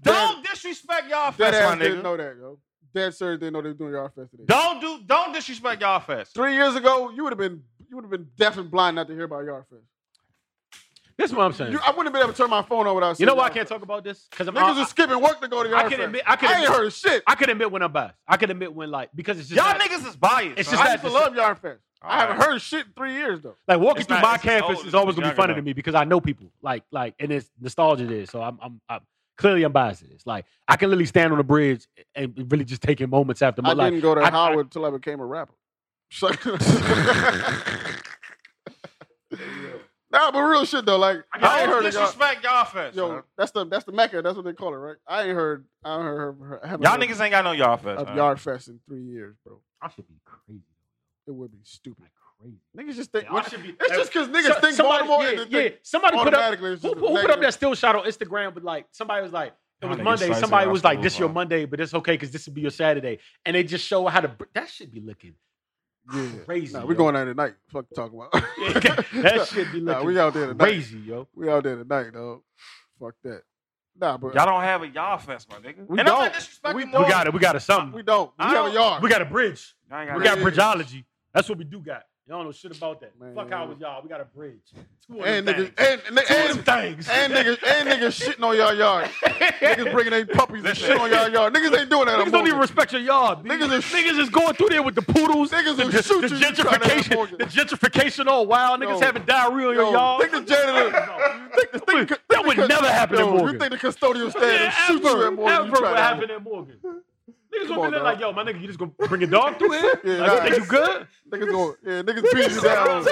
E: Don't disrespect y'all
C: Dead
E: fest,
C: ass
E: my nigga.
C: didn't know that. Yo. dead serious they know they're doing yard fest today.
E: Don't do don't disrespect y'all fest.
C: Three years ago, you would have been you would have been deaf and blind not to hear about yard fest.
F: This is what I'm saying.
C: You, I wouldn't have been able to turn my phone on without.
F: You know
C: seeing
F: why I
C: Yard
F: can't
C: Fest.
F: talk about this? Because I'm
C: Niggas
F: I,
C: is skipping work to go to yard
F: I can
C: fest.
F: admit- I can
C: ain't
F: admit-
C: heard shit.
F: I can admit when I'm biased. I can admit when like because it's just
E: Y'all
F: not-
E: niggas is biased.
F: It's
E: son.
F: just
C: I
F: that-
C: used to love yard fest. I haven't
E: Alright.
C: heard shit in three years though.
F: like walking
E: It's
F: through
E: not-
F: my
E: it's
F: campus
E: old,
F: is always gonna be
E: younger
F: funny
E: though.
F: to me because I know people like like and it's nostalgia there. So I'm I'm, I'm clearly I'm biased. To this. Like I can literally stand on the bridge and really just taking moments after.
C: I
F: But like
C: didn't go to
F: I- I-
C: Howard until I became a rapper. So- nah, but real shit though. Like I ain't
E: Don't
C: heard of y'all.
E: disrespect y'all fest.
C: Yo,
E: son.
C: that's the that's the mecca. That's what they call it, right? I ain't heard. I ain't heard. I haven't
E: Y'all
C: heard
E: niggas ain't got no y'all fest.
C: of
E: son.
C: Yard Fest in three years, bro.
F: I should be crazy.
C: It would be stupid.
F: Crazy.
C: Niggas just think.
F: Y'all should be-
C: it's just because niggas
F: So-
C: think
F: somebody,
C: Baltimore.
F: yeah,
C: and they
F: yeah.
C: think
F: Somebody put up
C: automatically it's
F: who,
C: just a
F: who put up that
C: negative.
F: still shot on Instagram, but like somebody was like, it
E: Y'all
F: was
E: niggas
F: Monday.
E: sites
F: Somebody
E: in
F: was like,
E: hospitals,
F: "This your
E: bro.
F: Monday, but it's okay because this will be your Saturday." And they just show how to. br- That should be looking
C: Yeah.
F: crazy.
C: Nah,
F: yo.
C: we're going out tonight. Fuck you talking about.
F: that should be looking
C: Nah, we out there tonight.
F: crazy, yo.
C: We out there tonight, dog. Fuck that. Nah, but
E: Y'all don't have a y'all fest, my nigga.
C: We
E: and I'm not
C: don't.
E: disrespecting
C: We
E: no-
F: We got it. We got it. Something.
C: we don't. We
E: I
C: have a
E: don't-
C: yard.
F: We got a bridge.
E: Y'all ain't
F: We
E: got
F: got
E: no-
C: Bridge.
F: bridgeology. That's what we do got. Y'all don't know shit about that.
C: Man.
F: Fuck how was y'all. We got a bridge. Two of
C: and
F: them
C: niggas
F: things.
C: and and,
F: Two of
C: and,
F: them things.
C: and niggas and niggas shitting on y'all yard. niggas bringing their puppies and
E: Listen.
C: shit on y'all yard. Niggas ain't doing that.
F: Niggas don't even respect your yard. B.
C: Niggas is-
F: niggas is going through there with the poodles.
C: Niggas
F: the,
C: will
F: the-
C: shoot
F: the
C: you, you trying to have a
F: gentrification.
C: mortgage.
F: The gentrification all wild. Niggas
C: Yo.
F: having diarrhea in your yard.
C: Think the janitor. you think the, think the,
F: that would
C: think the-
F: never happen
C: yo,
F: in Morgan.
C: You think the custodial stand
F: Yeah,
C: and shoot you
F: ever,
C: at Morgan?
F: ever
C: you
F: would
C: try to-
F: happen in Morgan. Niggas
C: Come
F: gonna
C: on,
F: be there
C: dog.
F: like, yo, my nigga, you just gonna bring your dog through here?
C: Yeah, nah.
F: like, you think you good?
C: Niggas go, yeah, niggas beat you down.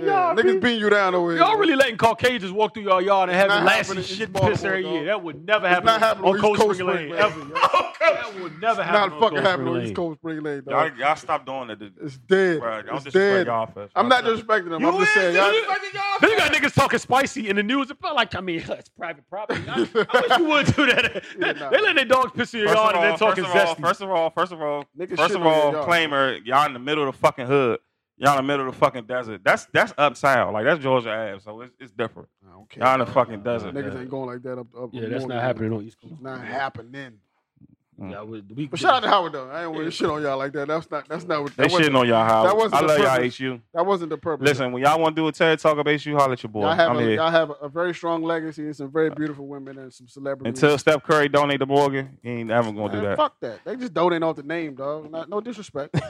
C: Yeah, niggas beating you down over here.
F: Y'all really letting Caucasians walk through y'all yard and
C: It's
F: having
C: not happening
F: lassie
C: in
F: shit
C: Baltimore,
F: piss every
C: dog.
F: year? That would never
C: It's
F: happen
C: not happening
F: on
C: on
F: Cold
C: East Coast
F: Spring Lane
C: Spring,
F: ever.
C: man.
F: yo. That would never happen.
C: not
F: on
C: fucking
F: Cold
C: happening on East
F: Spring Lane.
C: Coast Spring Lane. dog.
E: Y'all, y'all stop doing that. Bruh,
C: It's dead.
E: Y'all
C: it's
E: disrespect
C: dead.
E: y'all fest.
C: I'm not disrespecting them.
E: You
C: I'm just
E: is
C: saying. Y'all,
E: disrespecting y'all
F: Then you got niggas talking spicy in the news. It felt like, I mean, it's private property. I, I wish you would do that.
C: Yeah,
F: they,
C: nah.
F: they let their dogs piss in your
E: First
F: yard
E: of,
F: and
E: all,
F: then talking
E: first, of all,
F: zesty.
E: first of all, first of all,
C: Niggas
E: first
C: shit
E: of
C: on your
E: all,
C: yard.
E: claimer, y'all in the middle of the fucking hood. Y'all in the middle of the fucking desert. That's that's up south. Like that's Georgia Ave, so it's, it's different.
C: I don't care.
E: Y'all in the fucking desert.
C: Niggas
E: man.
C: ain't going like that up. up
F: yeah, that's
C: Morgan.
F: not happening on East Coast.
C: It's not happening.
F: Yeah, we, we,
C: But shout out to Howard though. I ain't want to shit on y'all like that. That's not. That's not what.
E: They
C: That wasn't,
E: shitting on y'all house.
C: that wasn't
E: I
C: the
E: love y'all
C: purpose.
E: HU.
C: that wasn't the purpose.
E: Listen, when y'all want to do a TED talk about you, holler at your boy.
C: Y'all have,
E: I'm
C: a,
E: here.
C: y'all have a very strong legacy and some very beautiful women and some celebrities.
E: Until Steph Curry donate to Morgan, he ain't ever gonna do
C: Man,
E: that.
C: Fuck that. They just donate off the name, dog. Not, no disrespect.
E: No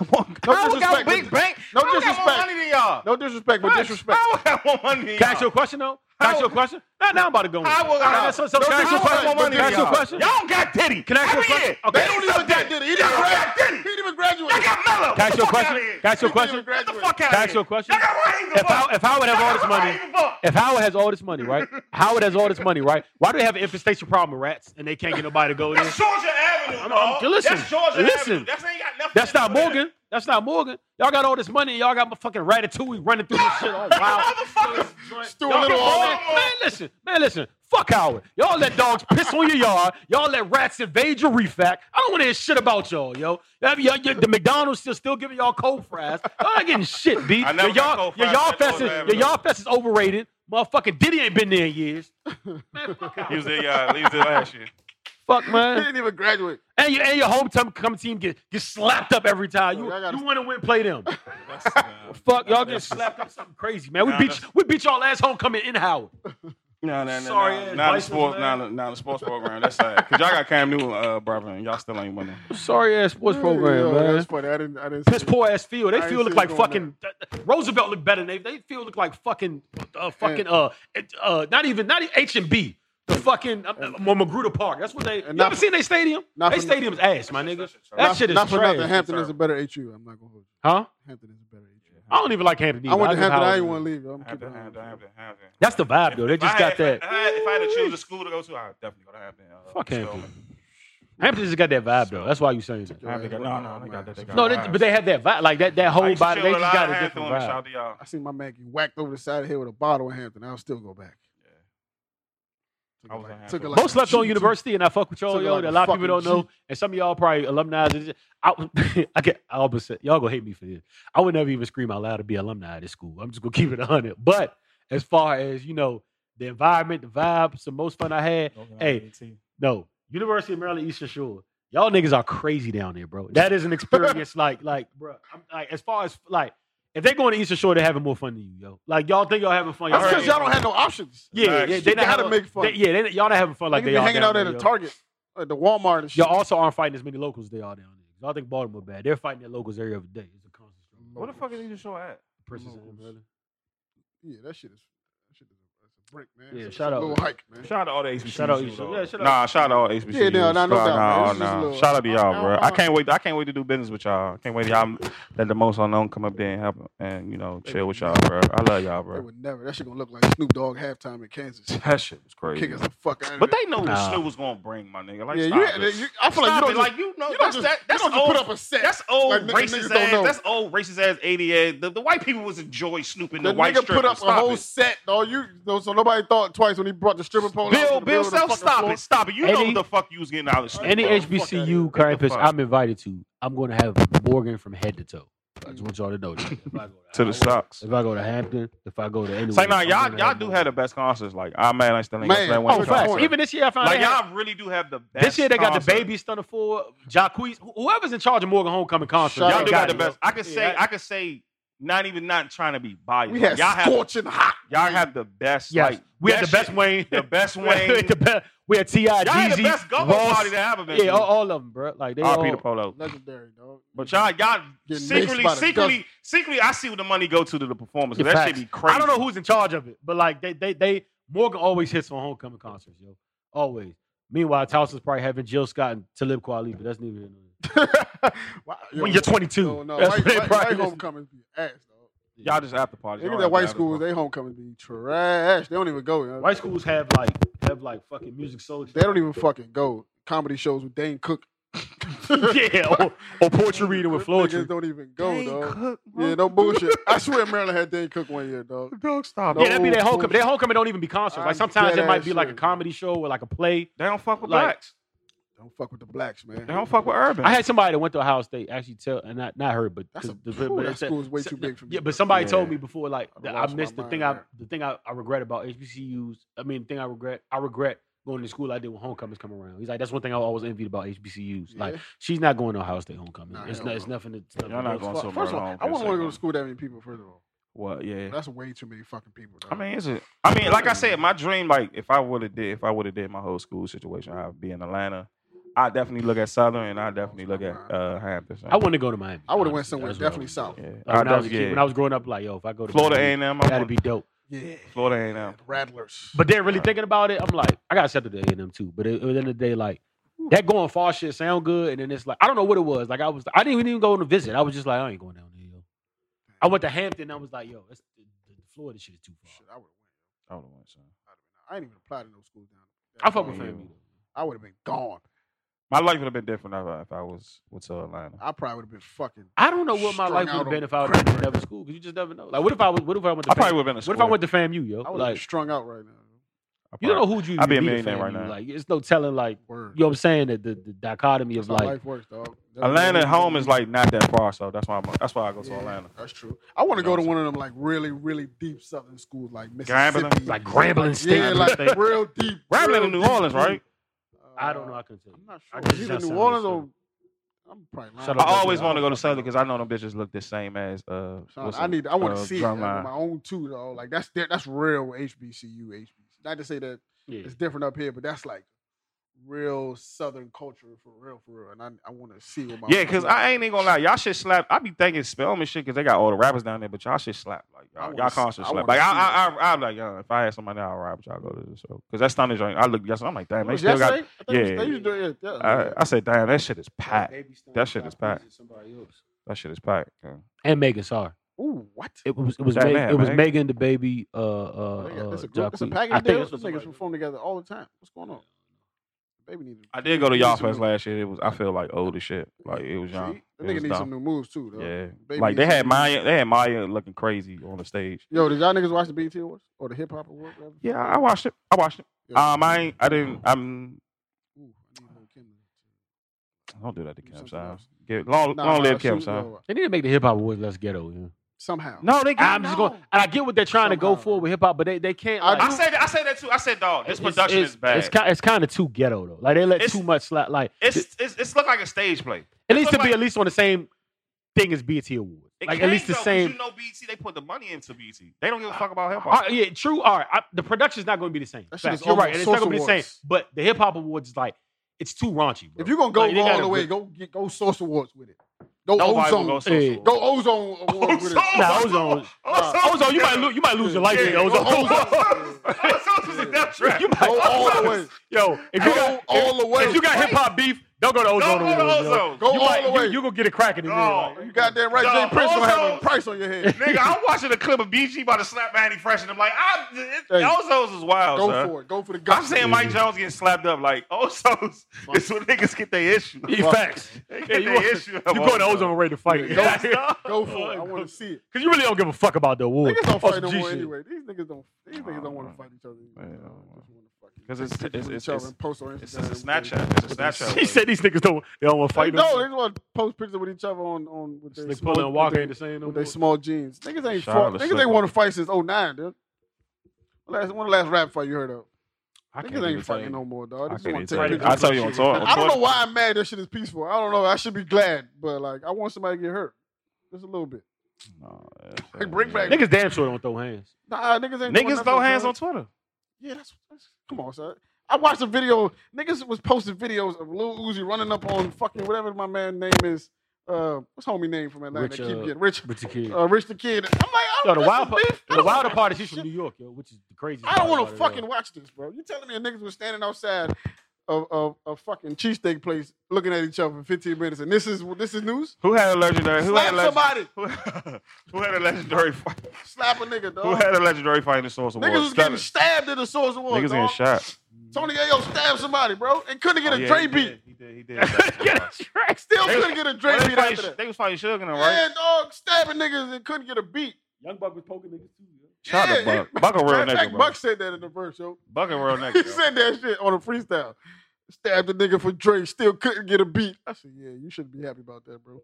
C: No disrespect, but-
E: bank.
C: no
E: I don't got
C: disrespect.
E: than y'all.
C: No disrespect, but
E: Facts.
C: disrespect.
E: I don't got more money than
F: Can I ask you
E: y'all.
F: a question though? Can I ask you a question? Nah, now I'm about to go. in.
E: I will-
F: Nah, nah, so- so
E: No
F: Can I ask you a
E: disrespect,
F: question?
E: but
F: Can I ask you a
E: disrespect.
F: question?
E: Y'all don't got Diddy.
F: Can I ask you a
E: Every
F: question?
E: year,
F: Okay.
E: They don't even got
C: He
E: Diddy. Y'all
C: didn't
E: don't got
C: graduate.
E: Diddy.
C: He didn't even
E: Y'all
C: graduate.
E: got Mello.
F: Can I ask
E: Fuck
F: you a
E: outta
F: question?
E: here.
F: Can I ask you a
C: He didn't
F: question?
C: even
E: Get the
C: graduate.
E: fuck out of
F: Can I ask you a question?
E: Y'all got Raheem
F: If
E: DeBoer.
F: Howard, if Howard have all this
E: Y'all got
F: money,
E: Raheem DeBoer.
F: if Howard has all this money, right? Howard has all this money, right? Why do they have an infestation problem with rats and they can't get nobody to go there?
E: That's Georgia Avenue,
F: I'm-
E: dog.
F: I'm- listen,
E: That's Georgia
F: listen.
E: Avenue. That's ain't got nothing.
F: That's
E: to do
F: not
E: with it.
F: Morgan. That's not Morgan. Y'all got all this money. and Y'all got my fucking ratatouille running through this shit. Oh wow.
E: Motherfuckers.
C: Stu
F: Y'all
C: Little
F: get
C: all
F: man, man, listen, man, listen. Fuck Howard. Y'all let dogs piss on your yard. Y'all let rats invade your refac. I don't want to hear shit about y'all, yo. Y'all- y'all- y'all- the McDonald's still still giving y'all cold fries. Y'all not getting shit, B.
E: I never
F: Your
E: got
F: yard-
E: cold
F: your
E: fries
F: yard
E: at
F: fest is
E: Georgia
F: your
E: Avenue.
F: yard fest is overrated. Motherfucking Diddy ain't been there in years.
E: He was there, y'all. He was there last year.
F: Fuck
C: He
F: man.
C: didn't even graduate.
F: And your and your homecoming team get get slapped up every time. You
C: Look, I gotta-
F: you want to win, play them.
E: That's, uh,
F: Fuck y'all get slapped up something crazy, man. We
E: Nah,
F: beat
E: that's-
F: we beat y'all ass homecoming in Howard.
E: No, no, no.
F: Sorry
E: no,
F: ass
E: not the
F: Vikings,
E: sports,
F: man.
E: not the, not the sports program. That's sad. Cause y'all got Cam Newton, uh, brother, and y'all still ain't winning.
F: Sorry ass sports program,
C: Yo, that was
F: man.
C: funny. I didn't. I didn't.
F: Piss
C: see it.
F: poor ass field. They
C: I ain't
F: feel look
C: seen
F: like
C: it going
F: fucking Roosevelt look better. Than they they feel look like fucking uh, fucking uh, uh not even not even H and B. The fucking uh, uh, Magruder Park. That's what they. You
C: And not
F: ever
C: for-
F: seen their stadium?
C: not
F: They
C: for nothing.
F: stadium's ass, my nigga. That
C: Not-
F: shit is
C: not for nothing.
F: trash.
C: Hampton is a better HU. I'm not gonna hold
F: Huh?
C: you. Hampton is a better HU.
F: I don't even like Hampton. Either.
C: I went to
F: just
C: Hampton. I
F: holler.
C: didn't want to leave. yo. I'm keeping
E: Hampton,
C: it
E: Hampton,
C: on.
E: Hampton, Hampton.
F: That's the vibe though. They
E: If I
F: just got
E: had- If I,
F: that.
E: had, if I had to choose a school to go to, I'd definitely go to Hampton. Uh,
F: Fuck
E: Stillman.
F: Hampton. Hampton just got that vibe though. That's why you saying that.
E: Hampton got, no, no, they got that. They got
F: No, they,
E: that.
F: but they have that vibe, like that that
E: I
F: whole
E: used to
F: body.
E: chill
F: They
E: with
F: just
E: lot
F: got
E: of
F: a
E: Hampton
F: different
E: women.
F: vibe.
E: Shout out to y'all.
C: I seen my man get whacked over the side of the head with a bottle in Hampton. I'll still go back.
E: I was in Hampton.
C: Took it
F: Most left on
C: two-
F: university, and I fuck with y'all,
C: Took it
F: yo.
C: like
F: that
C: a
F: a lot of people don't
C: fucking
F: know,
C: G.
F: and some of y'all probably alumni. is just- I, I get, I almost said, y'all gonna hate me for this. I would never even scream out loud to be alumni at this school. I'm just gonna keep it hundred. But as far as you know, the environment, the vibe, it's the most fun I had. Hey, no, University of Maryland Eastern Shore. Y'all niggas are crazy down there, bro. That is an experience, like, like, bro. I'm, like, as far as like, if they're going to Eastern Shore, they're having more fun than you, yo. Like, y'all think y'all having fun?
C: That's
F: Y'all
C: because y'all don't have no options.
F: yeah,
E: Facts.
F: yeah,
C: They
F: they not
C: gotta
F: having-
C: make fun.
F: they- yeah, they, y'all not having fun
C: Like
F: like they,
C: they be
F: are
C: hanging
F: down
C: out at
F: there,
C: a
F: yo.
C: Target, at the Walmart and shit.
F: Y'all also aren't fighting as many locals as they are down there. Y'all think Baltimore bad? They're fighting their locals every other day. It's a constant struggle.
E: What the fuck is Eastern Shore at?
F: Persons in
E: locals?
F: umbrella.
C: Yeah, that shit is. That shit is that's a brick, man.
F: Yeah,
C: It's
F: shout
C: a
F: out,
C: little
F: man.
C: hike, man.
E: Shout out to all the HBCUs.
F: Shout out Eastern- yeah, shout out-
E: Nah, shout out all HBCUs.
C: Yeah, nah, nah, no
E: Fuck,
C: doubt, man. It's
E: nah,
C: just a
E: nah.
C: little-
E: Shout out to y'all,
C: I- I-
E: bro.
C: I-
E: I can't wait. I can't wait to do business with y'all. I can't wait to y'all let the most unknown come up there and help and you know chill with y'all, bro. I love y'all,
C: They
E: bro.
C: would never. That shit gonna look like Snoop Dogg halftime in Kansas.
E: That shit was crazy.
C: Kick us the fuck out of
E: But
C: there.
E: they know
F: Nah.
E: the Snoop was gonna bring my nigga. Like,
C: yeah,
E: stop
C: you,
E: it.
C: you, I feel like you
E: Stop
C: don't
E: it.
C: just,
E: like you know
C: you don't
E: that's
C: just,
E: that, that's
C: you don't just
E: old
C: put up a set.
E: that's old
C: Like, niggas- niggas
E: racist
C: don't
E: ass.
C: know.
E: That's old racist ass eighty ass. The, the white people was enjoy Snoop and the,
C: the
E: white
C: nigga
E: stripper.
C: put up
E: stop
C: a whole
E: it.
C: set, dog. You no, so nobody thought twice when he brought the stripper pole. out to
E: Bill
C: the
E: Bill
C: middle of the
E: Self,
C: fucking
E: stop
C: floor.
E: it, stop it. You know
F: Any-
E: what the fuck you was getting out of Snoop.
F: Any
E: bro.
F: HBCU
E: Fuck outta here.
F: campus
E: Get the fuck.
F: I'm invited to, I'm going to have Morgan from head to toe. I just want y'all to know that. If I go
E: to the socks.
F: If I go to Hampton, if I go to anywhere,
E: It's like nah,
F: I'm
E: y'all
F: gonna
E: y'all
F: have
E: do
F: Morgan.
E: have the best concerts. Like I'm mad I still ain't
C: Man,
E: gonna
F: Oh,
E: one.
C: What's your
F: facts.
C: point?
F: Even this year, I found
E: Like
F: out.
E: y'all really do have the best.
F: This year they got
E: concert.
F: the baby stunner for Jacquees. who- Whoever's in charge of Morgan Homecoming concert,
C: Shout out.
E: Y'all
F: they
E: do got the
F: it, yo.
E: best. I could
F: Yeah,
E: say
F: I-
E: I could say not even not trying to be biased.
C: We
E: Like,
C: had
E: y'all have
C: scorching hot.
E: y'all have the best.
F: Yes,
E: Like
F: we had
E: that
F: the best
E: shit-
F: Wayne.
E: the best
F: We had
E: Wayne.
F: the best. We had Ti,
E: Y'all had the
F: Jeezy,
E: best go-go
F: Ross.
E: party that I've ever been
F: Yeah, oh, all,
E: to.
F: all of them, bro. Like they
E: R.
F: all.
E: Peter Polo.
C: Legendary, dog.
E: But y'all, y'all
C: Getting
E: secretly,
C: maced by the
E: secretly, secretly, I see what the money go to to the performance.
F: Yeah,
E: So that should
F: facts.
E: be crazy.
F: I don't know who's in charge of it, but like they, they, they. Morgan always hits on homecoming concerts, yo. Always. Meanwhile, Towson's probably having Jill Scott and Talib Kweli, but that's neither. here nor there.
C: Wow, yo,
F: When you're 22,
C: No, no,
F: that's
C: white,
F: what they
C: white,
F: probably
C: white
F: listen-
C: homecoming be ass, dog.
E: Y'all just after parties.
C: Look
E: Y'all
C: at
E: have
C: that white
E: after
C: schools. They
E: parties.
C: homecoming be trash. They don't even go. yo.
F: White schools have like have like fucking music soldiers.
C: They don't even fucking go. Comedy shows with Dane Cook.
F: yeah, or, or poetry reading with
C: Niggas
F: Floetry.
C: don't even go, dog. Yeah, no bullshit. I swear Maryland had Dane Cook one year, dog.
E: Dog, stop.
C: No.
F: yeah, that'd be their homecoming.
C: bullshit.
F: Their homecoming don't even be concerts.
C: I'm
F: Like sometimes it
C: dead
F: might
C: ass
F: be like a
C: serious.
F: comedy show or like a play.
E: They don't fuck with
F: Like-
E: blacks.
C: Don't fuck with the blacks, man.
E: They don't fuck with urban.
F: I had somebody that went to Ohio State actually tell, and not not her, but,
C: That's a-
F: 'cause the-
C: whew, that
F: it's a-
C: school is way
F: so-
C: too big for me,
F: Yeah,
C: bro.
F: but somebody told
E: Yeah.
F: me before, like
C: I'd've
F: that I
C: lost my
F: missed the
C: mind
F: thing. I
C: there.
F: the thing I, I regret about HBCUs. I mean, the thing I regret. I regret going to school I did when homecomings come around. He's like, that's one thing I always envied about HBCUs. Like
C: Yeah.
F: she's not going to Ohio State homecoming.
C: Nah,
F: it's
C: hell
F: not. It's
C: no.
F: nothing. It's nothing.
E: Y'all not
F: It's
E: going
F: fuck-
E: somewhere
C: First of all,
E: wrong,
C: I wouldn't
E: first
C: want to
E: thing.
C: go to school with that many people. First of all,
E: What? Yeah.
C: that's way too many fucking people. Dog.
E: I mean, is it? I mean, like I said, my dream, like if I would have did, if I would have did my whole school situation, I'd be in Atlanta. I definitely look at Southern, and I definitely look at uh, Hampton.
F: I want to go to Miami.
C: I would have went
F: honestly.
C: somewhere
F: That's what I
C: definitely
F: would've done.
C: south.
E: Yeah,
F: Like, when I was a
E: definitely-
F: kid, when I was growing up, like yo, if I go to
E: Florida
F: Miami,
E: A&M. I
F: that'd
E: want-
F: be dope.
C: Yeah,
E: Florida A&M.
C: rattlers.
F: But then really
E: Right.
F: thinking about it, I'm like, I got accepted to A and M too. But at, at the end of the day, like that going far shit sound good, and then it's like I don't know what it was. Like I was, I didn't even go on a visit. I was just like, I ain't going down there. Yo. I went to Hampton. I was like, yo, that's, the, the Florida shit is too
C: Shit,
F: far.
C: I would have went.
E: I would've went, son.
C: I ain't even applied to no school down there.
F: I fuck with
E: Yeah.
F: family.
C: I would have been gone.
E: My life would have been different if I, if I was with to Atlanta.
C: I probably would have been fucking.
F: I don't know what my
C: Strung
F: life would
C: out
F: have
C: on
F: been if I would have been in another school because you just never know. Like, what if I was? What if I went? To
E: I probably
F: fam-
E: would have been a
F: What if I went to FAMU, yo?
C: I would have
F: Like,
C: been strung out right now.
F: you don't know who you.
E: I'd be
F: even
E: a
F: meet at
E: millionaire right
F: FAMU.
E: now.
F: Like, it's no telling. Like,
C: Word.
F: you know what I'm saying? That the, the dichotomy
C: That's
F: of
C: how
F: like,
C: life works, dog. That's
E: Atlanta
C: what
E: at
C: it
E: home is like not that far, so that's why I'm, that's why I go to
C: Yeah,
E: Atlanta.
C: That's true. I want to
E: You
C: go
E: know
C: to
E: what
C: one of them like really, really deep southern schools like
E: Grambling?
C: Mississippi.
F: like Grambling State.
C: yeah, like
F: State.
C: real deep.
E: Grambling
C: real
E: in New
C: deep
E: Orleans,
C: deep.
E: right?
F: I don't know.
C: Uh,
F: I can tell.
C: I'm not
F: I
C: sure.
F: guess it's
C: Either New
F: not southern,
C: Orleans
F: southern.
C: or I'm probably. lying.
F: Shut
E: I
F: up,
E: always
F: Atlanta.
E: want to go to Southern because I know them bitches look the same as uh.
C: Son,
E: what's
C: I
E: it,
C: need. I want
E: uh,
C: to see it
E: Drumline.
C: on my own too, though. Like that's there. That's real HBCU. HBCU. Not to say that
F: Yeah.
C: it's different up here, but that's like real Southern culture for real, for real. And I, I want to see what my
E: Yeah, because I ain't even gonna lie, y'all should slap. I be thinking Spelman shit because they got all the rappers down there, but y'all should slap. Like
C: I
E: y'all,
C: wanna
E: y'all
C: s-
E: concert
C: I
E: slap.
C: wanna
E: Like
C: see
E: I, I, I, I'm like, yo, if I had somebody, I'll ride with y'all go to the show because that's Thunder Joint. I looked yesterday, I'm like, damn, they
C: Was
E: still got.
C: yesterday? I think it was-
E: yeah.
C: they used to do it, yeah,
E: I,
C: yeah.
E: I said, damn, that shit is packed. That shit is packed. That shit is packed. yeah.
F: And Megan Sorry.
C: Ooh, what?
F: It was it was
E: That
F: Meg-
E: man,
F: it was
E: Meg.
F: Megan the baby.
C: They
F: Uh,
C: got-
F: uh, uh
C: Oh, that's a group. That's a
F: Jacquees.
C: package
F: I think
C: deal.
F: it's
C: Those niggas
F: somebody-
C: perform together all the time. What's going on? Baby need.
E: I did go to y'all
C: need some
E: fest
C: new-
E: last year. It was I feel like old as shit. Like it was
C: See?
E: young.
C: That
E: It
C: nigga
E: was
C: needs
E: dumb.
C: some new moves too. Though.
E: Yeah,
C: Baby
E: like they
C: needs
E: had
C: some new-
E: Maya. They had Maya looking crazy on the stage.
C: Yo, did y'all niggas watch the BT Awards or the Hip Hop Awards? whatever?
E: Yeah, I watched it. I watched it.
C: Yo, oh,
E: Um, I ain't, I didn't. I'm.
C: ooh, I need a little Kim.
E: Don't do that to
C: Do
E: Kim
C: something
E: Sims.
C: else.
E: Get long,
C: Nah,
E: long
C: nah,
E: live Kim
C: shoot,
E: Sims.
C: yo,
F: They need to make the hip hop awards less ghetto. Yeah.
C: somehow.
E: No, they got
F: I'm just going, and I get what they're trying to go
C: Somehow.
F: for with hip hop, but they, they can't.
C: I
F: Like,
E: I said I said that too. I said dog, this
F: it's-
E: production
F: it's,
E: is bad.
F: It's, ki- it's kind of too ghetto though. Like they let
E: It's-
F: too much slap. Like
E: It's it's it's look like a stage play.
F: at least to
E: look
F: be
E: like-
F: at least on the same thing as BT Awards.
E: It
F: Like at
E: can
F: least the
E: though, 'cause
F: same.
E: You know, BT they put the money into BT. They don't give a fuck about hip
F: All
E: hop.
F: right, yeah, true. All right, I, the production's not going to be the same.
C: That shit
F: Facts.
C: is
F: You're right,
C: almost
F: and it's not going to be the
C: Source
F: same.
C: Awards.
F: But the hip hop awards is like it's too raunchy. Bro.
C: If you're gonna go,
F: Like, they
C: go all
F: gotta
C: the way,
F: rip-
C: go get, go Source Awards with it. Go
E: Nobody
C: Ozone.
E: will go
C: Go,
E: social.
F: Yeah.
E: work.
C: Ozone Awards with it.
F: Nah, Ozone.
E: Oh,
F: Ozone, you might lose. You might lose your life. in
E: Yeah,
F: Ozone.
E: oh, Ozone. Ozone was a death trap.
F: You might-
C: Go all the way.
F: Yo, if you
C: Go
F: got
C: all the way.
F: if you got hip hop beef, don't go to
E: Don't
F: Ozone.
E: go to
F: Awards, yo.
E: Ozone. Oh,
C: Go
F: You
C: all
F: might,
C: the way.
F: You, you gonna get a crack in his head.
E: Dog.
F: like-
C: You goddamn right.
E: Dog,
C: Jay Prince gonna have
E: Ozone-
C: a price on your head.
E: Nigga, I'm watching a clip of BG about to slap Manny Fresh, and I'm like, I, it,
C: Hey.
E: Ozone's is wild,
C: Go
E: son.
C: for it. Go for the gun.
E: I'm saying Mike Jones getting slapped up like Ozone's is when niggas get their issue.
F: Yeah, facts.
E: They get
F: Yeah, you
E: their
F: want-
E: issue.
F: you going to Ozone ready to fight?
C: Go-
F: Because
C: Go for it. I want to see it.
F: you really don't give a fuck about the award.
C: Niggas don't
F: Fuck
C: fight no
F: G
C: more
F: shit.
C: anyway. These niggas don't. These niggas don't want
E: Uh,
C: to fight each other.
E: yeah,
C: They just
E: uh,
C: wanna fucking
E: 'cause it's-
C: take pictures
E: it's-
C: with
E: it's-
C: each other
E: it's-
C: and post on
E: It's just a
C: Instagram every day.
E: Snapchat. It's a Snapchat.
F: He said these niggas don't they don't want to
C: They
F: fight.
C: don't. They just want to post pictures with each other on on with their
F: Slick
C: small-
F: Puller and Walker
C: with
F: ain't the
C: their-
F: same no
C: with their
F: more.
C: small jeans. Niggas ain't
E: Shout
C: fought.
E: out to
C: Niggas
E: Slick
C: ain't want
E: Puller.
C: to fight since 09, dude. Last one of the last rap fight you heard of.
E: I can't
C: Niggas
E: even
C: ain't
E: tell
C: fighting
E: you.
C: no more, dog.
E: I
C: They just
E: can't
C: want
E: even
C: to
E: tell
C: take
E: you.
C: pictures.
E: I tell you on Twitter.
C: I don't know why I'm mad. That shit is peaceful. I don't know. I should be glad, but like I want somebody to get hurt. Just a little bit. Like, bring back-
F: Niggas damn sure don't throw hands.
C: Nah, niggas ain't. doing
E: Niggas
C: nothing,
E: throw hands
C: dog.
E: on Twitter.
C: Yeah, that's, that's come on, son. I watched a video. Niggas was posting videos of Lil Uzi running up on fucking whatever my man name is. Uh, what's homie name from Atlanta?
F: Rich,
C: that
F: uh,
C: keep getting rich.
F: But you kid.
C: Uh, Rich the Kid. I'm like, oh,
F: Yo, the
C: this
F: wild
C: is
F: part,
C: beef. I
F: the
C: don't
F: wilder
C: wanna
F: part
C: watch
F: is
C: this
F: he's from
C: shit.
F: New York, yo, which is the craziest.
C: I don't
F: part
C: want
F: about
C: to
F: it,
C: fucking
F: yo.
C: watch this, bro. You telling me a niggas was standing outside of of a fucking cheesesteak place looking at each other for 15 minutes, and this is this is news?
E: Who had a legendary? Who had
C: Slap
E: a legendary?
C: somebody.
E: Who who had a legendary fight?
C: Slap a nigga, dog.
E: Who had a legendary fight in the Source Awards?
C: Niggas was
E: Tell
C: getting
E: it.
C: stabbed in the Source Awards,
E: Niggas
C: dog.
E: getting shot.
C: Tony Ayo stabbed somebody, bro, and couldn't get
E: Oh,
C: a
E: yeah,
C: Dre
E: he
C: beat.
E: did. He did. He did.
F: Get a track.
C: Still
E: They-
C: couldn't get a
E: Well,
C: Drake
E: they
C: beat
E: fighting-
C: after that.
E: They was fighting Sugar now,
C: Yeah,
E: right?
C: dog, stabbing niggas and couldn't get a beat.
F: Young Buck was poking niggas too. Yo.
E: Shout out to
C: Yeah,
E: Buck. Buck a real
C: Matter of
E: nigga,
C: fact,
E: bro.
C: Buck said that in the verse, yo.
E: Buck a real
C: He
E: nigga. yo.
C: said that shit on a freestyle. Stabbed a nigga for Drake, still couldn't get a beat. I said, yeah, you shouldn't be happy about that, bro.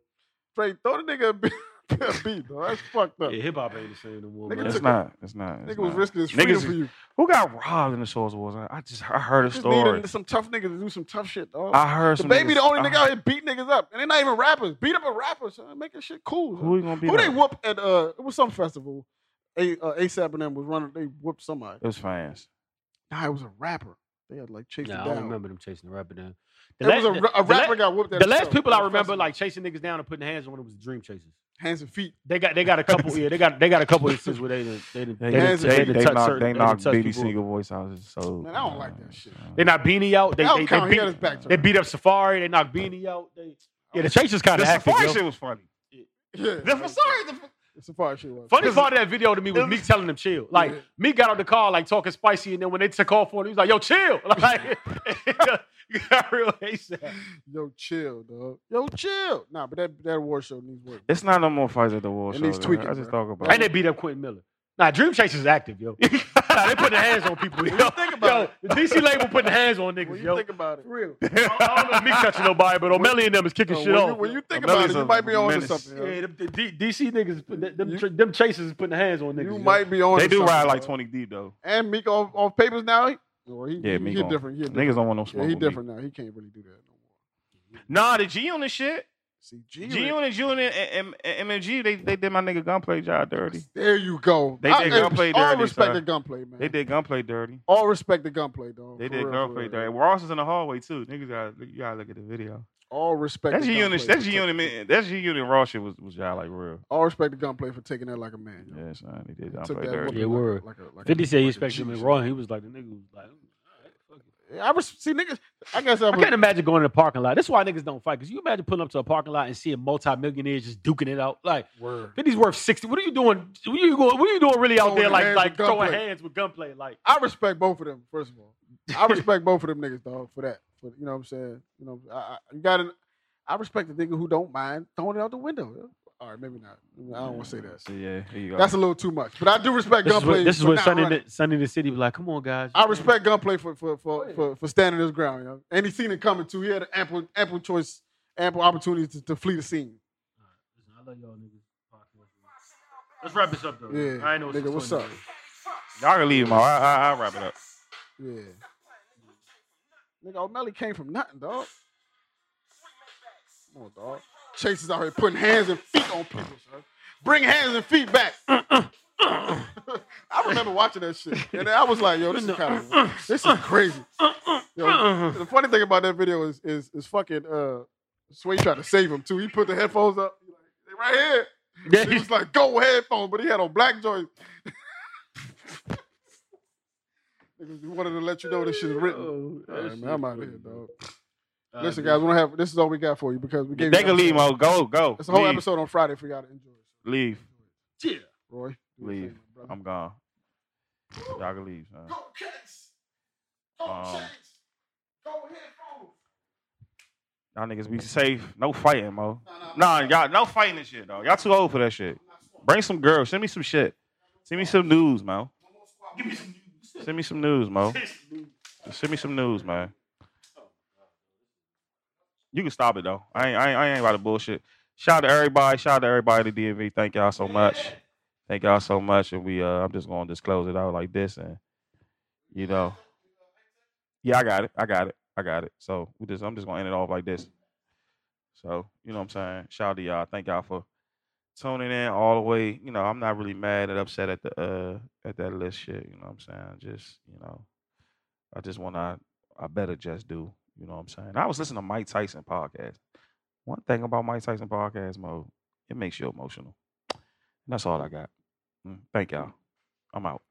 C: Drake, throw the nigga a beat, a beat dog. That's fucked up.
F: Yeah, hip hop ain't the same no more.
C: Nigga
F: man.
E: It's
C: took-
E: not. It's not. it's
C: nigga was
E: not.
C: risking his freedom
E: Niggas
C: for you.
E: Who got robbed in the Source Wars? I just I heard a
C: Just
E: story.
C: needed some tough niggas to do some tough shit, dog.
F: Ah,
E: I heard
C: the
E: some.
C: baby,
E: niggas,
C: the only nigga
E: I,
C: out here beat niggas up, and they not even rappers. Beat up a rapper, son. Make that shit cool. son.
E: Who he gonna be?
C: Who they whooped at? Uh, it was some festival. A uh, ASAP and them was running. They whooped somebody.
E: It was fans.
C: Nah, it was a rapper. They had like chased
F: Nah,
C: him
F: I
C: down.
F: don't remember them chasing the rapper down.
C: It was a, ra- a
F: the la-
C: rapper got whooped. At a
F: The last
C: show.
F: people I
C: At a
F: remember
C: festival.
F: like chasing niggas down and putting hands on them was Dream Chasers.
C: hands and feet.
F: They got they got a couple yeah they got they got a couple instances where they didn't they didn't they,
E: They,
F: didn't-
C: Hands
E: they, they,
F: didn't touch
E: knocked,
F: certain-
E: they
F: didn't
E: knocked
F: touch
E: Biggie
F: people.
E: single voice houses. So
C: Man, I don't like that shit.
F: They knocked Beanie out. They
C: That
F: they,
C: don't
F: they,
C: count. He had his
F: beat,
C: back
F: they
C: turned.
F: beat up Safari. They knocked Beanie out. They, yeah, the Chasers kind
E: The
F: of active.
E: Safari
F: yo.
E: shit was funny.
C: Yeah,
E: The, I'm sorry, the,
C: The Safari shit was.
F: Funny part of that video to me was Meek telling them chill. Like
C: Yeah.
F: Meek got on the car like talking spicy, and then when they took off on him, he was like, "Yo, chill!" Like, you got real ASAP.
C: Yo, chill, dog. Yo, chill. Nah, but that that war show needs work.
E: it's not no more fights at the war
C: It
E: show.
C: needs
E: though.
C: tweaking,
E: I just
C: bro.
E: talk about.
F: And they beat up Quentin Miller. Nah, Dream Chasers is active, yo. nah, they putting their hands on people. Yo,
C: think about
F: yo, the DC label putting hands on
C: When
F: niggas,
C: you
F: yo.
C: think about it, real.
F: I don't- I don't know if Meek touching nobody, but O'Malley and them is kicking
C: Yo,
F: shit
C: when,
F: off.
C: You, when you think about
E: Amelie's
C: it,
E: a
C: you might be on to
E: menace.
C: something. yo.
F: yeah, them, the D- DC niggas, put- them, them,
C: You-
F: tr- them chasers is putting their hands on niggas.
C: You
F: yo.
C: might be on.
E: They
C: to
E: do
C: something,
E: ride like
C: yo.
E: twenty deep though.
C: And Meek off off papers now. He, or he,
E: Yeah,
C: he,
E: Meek
C: he
E: on-
C: different. He a different.
E: Niggas don't want no smoke.
C: Yeah, he
E: with me.
C: different now. He can't really do that no more.
E: Nah, the G Unit shit.
C: See, G,
E: G Unit, G Unit, and and MMG. They they did my nigga Gunplay job dirty.
C: There you go.
E: They did
C: hey,
E: Gunplay
C: All
E: dirty,
C: respect
E: son.
C: to gunplay, man.
E: They did Gunplay dirty.
C: All respect to gunplay, dog.
E: They
C: For
E: did
C: real, for
E: Gunplay
C: real.
E: dirty. Ross is in the hallway too. Niggas got you gotta look at the video.
C: All respect.
E: That's
C: to
E: G Unit.
C: Gunplay
E: That's
C: for
E: G
C: taking-
E: Unit. That's G Unit. Raw shit was was y'all like real.
C: All respect to gunplay for taking that like a man. yo.
E: Yeah, son. They did
C: He
E: Gunplay
C: took that
E: dirty.
C: whooping
F: Yeah,
C: like a-
F: word.
C: like a- like a-
F: 50 said he
C: like a
F: expected him
C: G,
F: in
C: son.
F: Raw. and He was like, the nigga was like,
C: I res- see niggas. I guess I
F: I
C: was.
F: can't imagine going to the parking lot. That's why niggas don't fight. Because you imagine pulling up to a parking lot and seeing multimillionaires just duking it out. Like,
C: Word.
F: 50's worth 60. What are you doing? What are you, going, what are you doing really out
C: Throwing
F: there? Like,
C: hands
F: like
C: with
F: throwing
C: gunplay.
F: hands with gunplay. Like,
C: I respect both of them. First of all, I respect both of them niggas, dog, for that. For you know what I'm saying. You know, I, I you got. I respect the nigga who don't mind throwing it out the window. yo. All right, maybe not. I don't want to say that.
E: So yeah, here you go.
C: That's a little too much. But I do respect
F: this is
C: gunplay.
F: what, this is
C: for
F: what
C: not
F: Sunny,
C: running.
F: the, Sunny the City was like, come on, guys.
C: I respect gunplay for for for, for, for standing his ground, yo. And he seen it coming too. He had ample ample choice, ample opportunities to, to flee the scene.
F: I love y'all niggas.
G: Let's wrap this up, though.
C: Yeah,
G: I know it's
C: nigga, what's
G: 20.
C: up?
E: Y'all can leave him. out. I, I, I'll wrap it up.
C: Yeah. Nigga, O'Malley came from nothing, dog. Come on, dog. Chase is out here putting hands and feet on people, son. Bring hands and feet back.
G: Uh,
C: I remember watching that shit, and I was like, "Yo, this is kind of this is crazy."
G: Uh,
C: Yo, the funny thing about that video is is is fucking uh, Sway tried to save him too. He put the headphones up, he like, "They right here. He was like, go headphones, but he had on black joints. Niggas wanted to let you know this shit is written.
G: Oh, that
C: All right,
G: shit
C: man, I'm out of
G: funny,
C: here,
G: bro.
C: dog.
G: Uh,
C: Listen,
G: dude.
C: guys, we don't have this is all we got for you because we gave
E: They
C: you
E: can leave,
C: episode-
E: Mo. Go, go.
C: It's a whole
E: leave.
C: episode on Friday for y'all to enjoy.
E: Leave.
G: Yeah.
C: Roy, do your
E: Leave.
C: thing, my brother.
E: I'm gone. Y'all can leave, son.
C: Go Case. Go
E: Um,
C: Chase. Go headphones.
E: Y'all niggas be safe. No fighting, Mo. Nah, y'all no fighting this shit, though. Y'all too old for that shit. Bring some girls. Send me some shit. Send me some news, Mo.
G: Give me some news.
E: Send me some news, Mo. Send me some news, man. You can stop it though. I ain't, I ain't, I ain't about to bullshit. Shout out to everybody. Shout out to everybody at the DMV. Thank y'all so much. Thank y'all so much. And we, uh, I'm just gonna disclose it out like this, and you know, yeah, I got it. I got it. I got it. So we just, I'm just gonna end it off like this. So you know what I'm saying. Shout out to y'all. Thank y'all for tuning in all the way. You know, I'm not really mad and upset at the uh at that list shit. You know what I'm saying? Just you know, I just want to. I better just do. You know what I'm saying? I was listening to Mike Tyson podcast. One thing about Mike Tyson podcast mode, it makes you emotional. And that's all I got. Mm, Thank y'all. I'm out.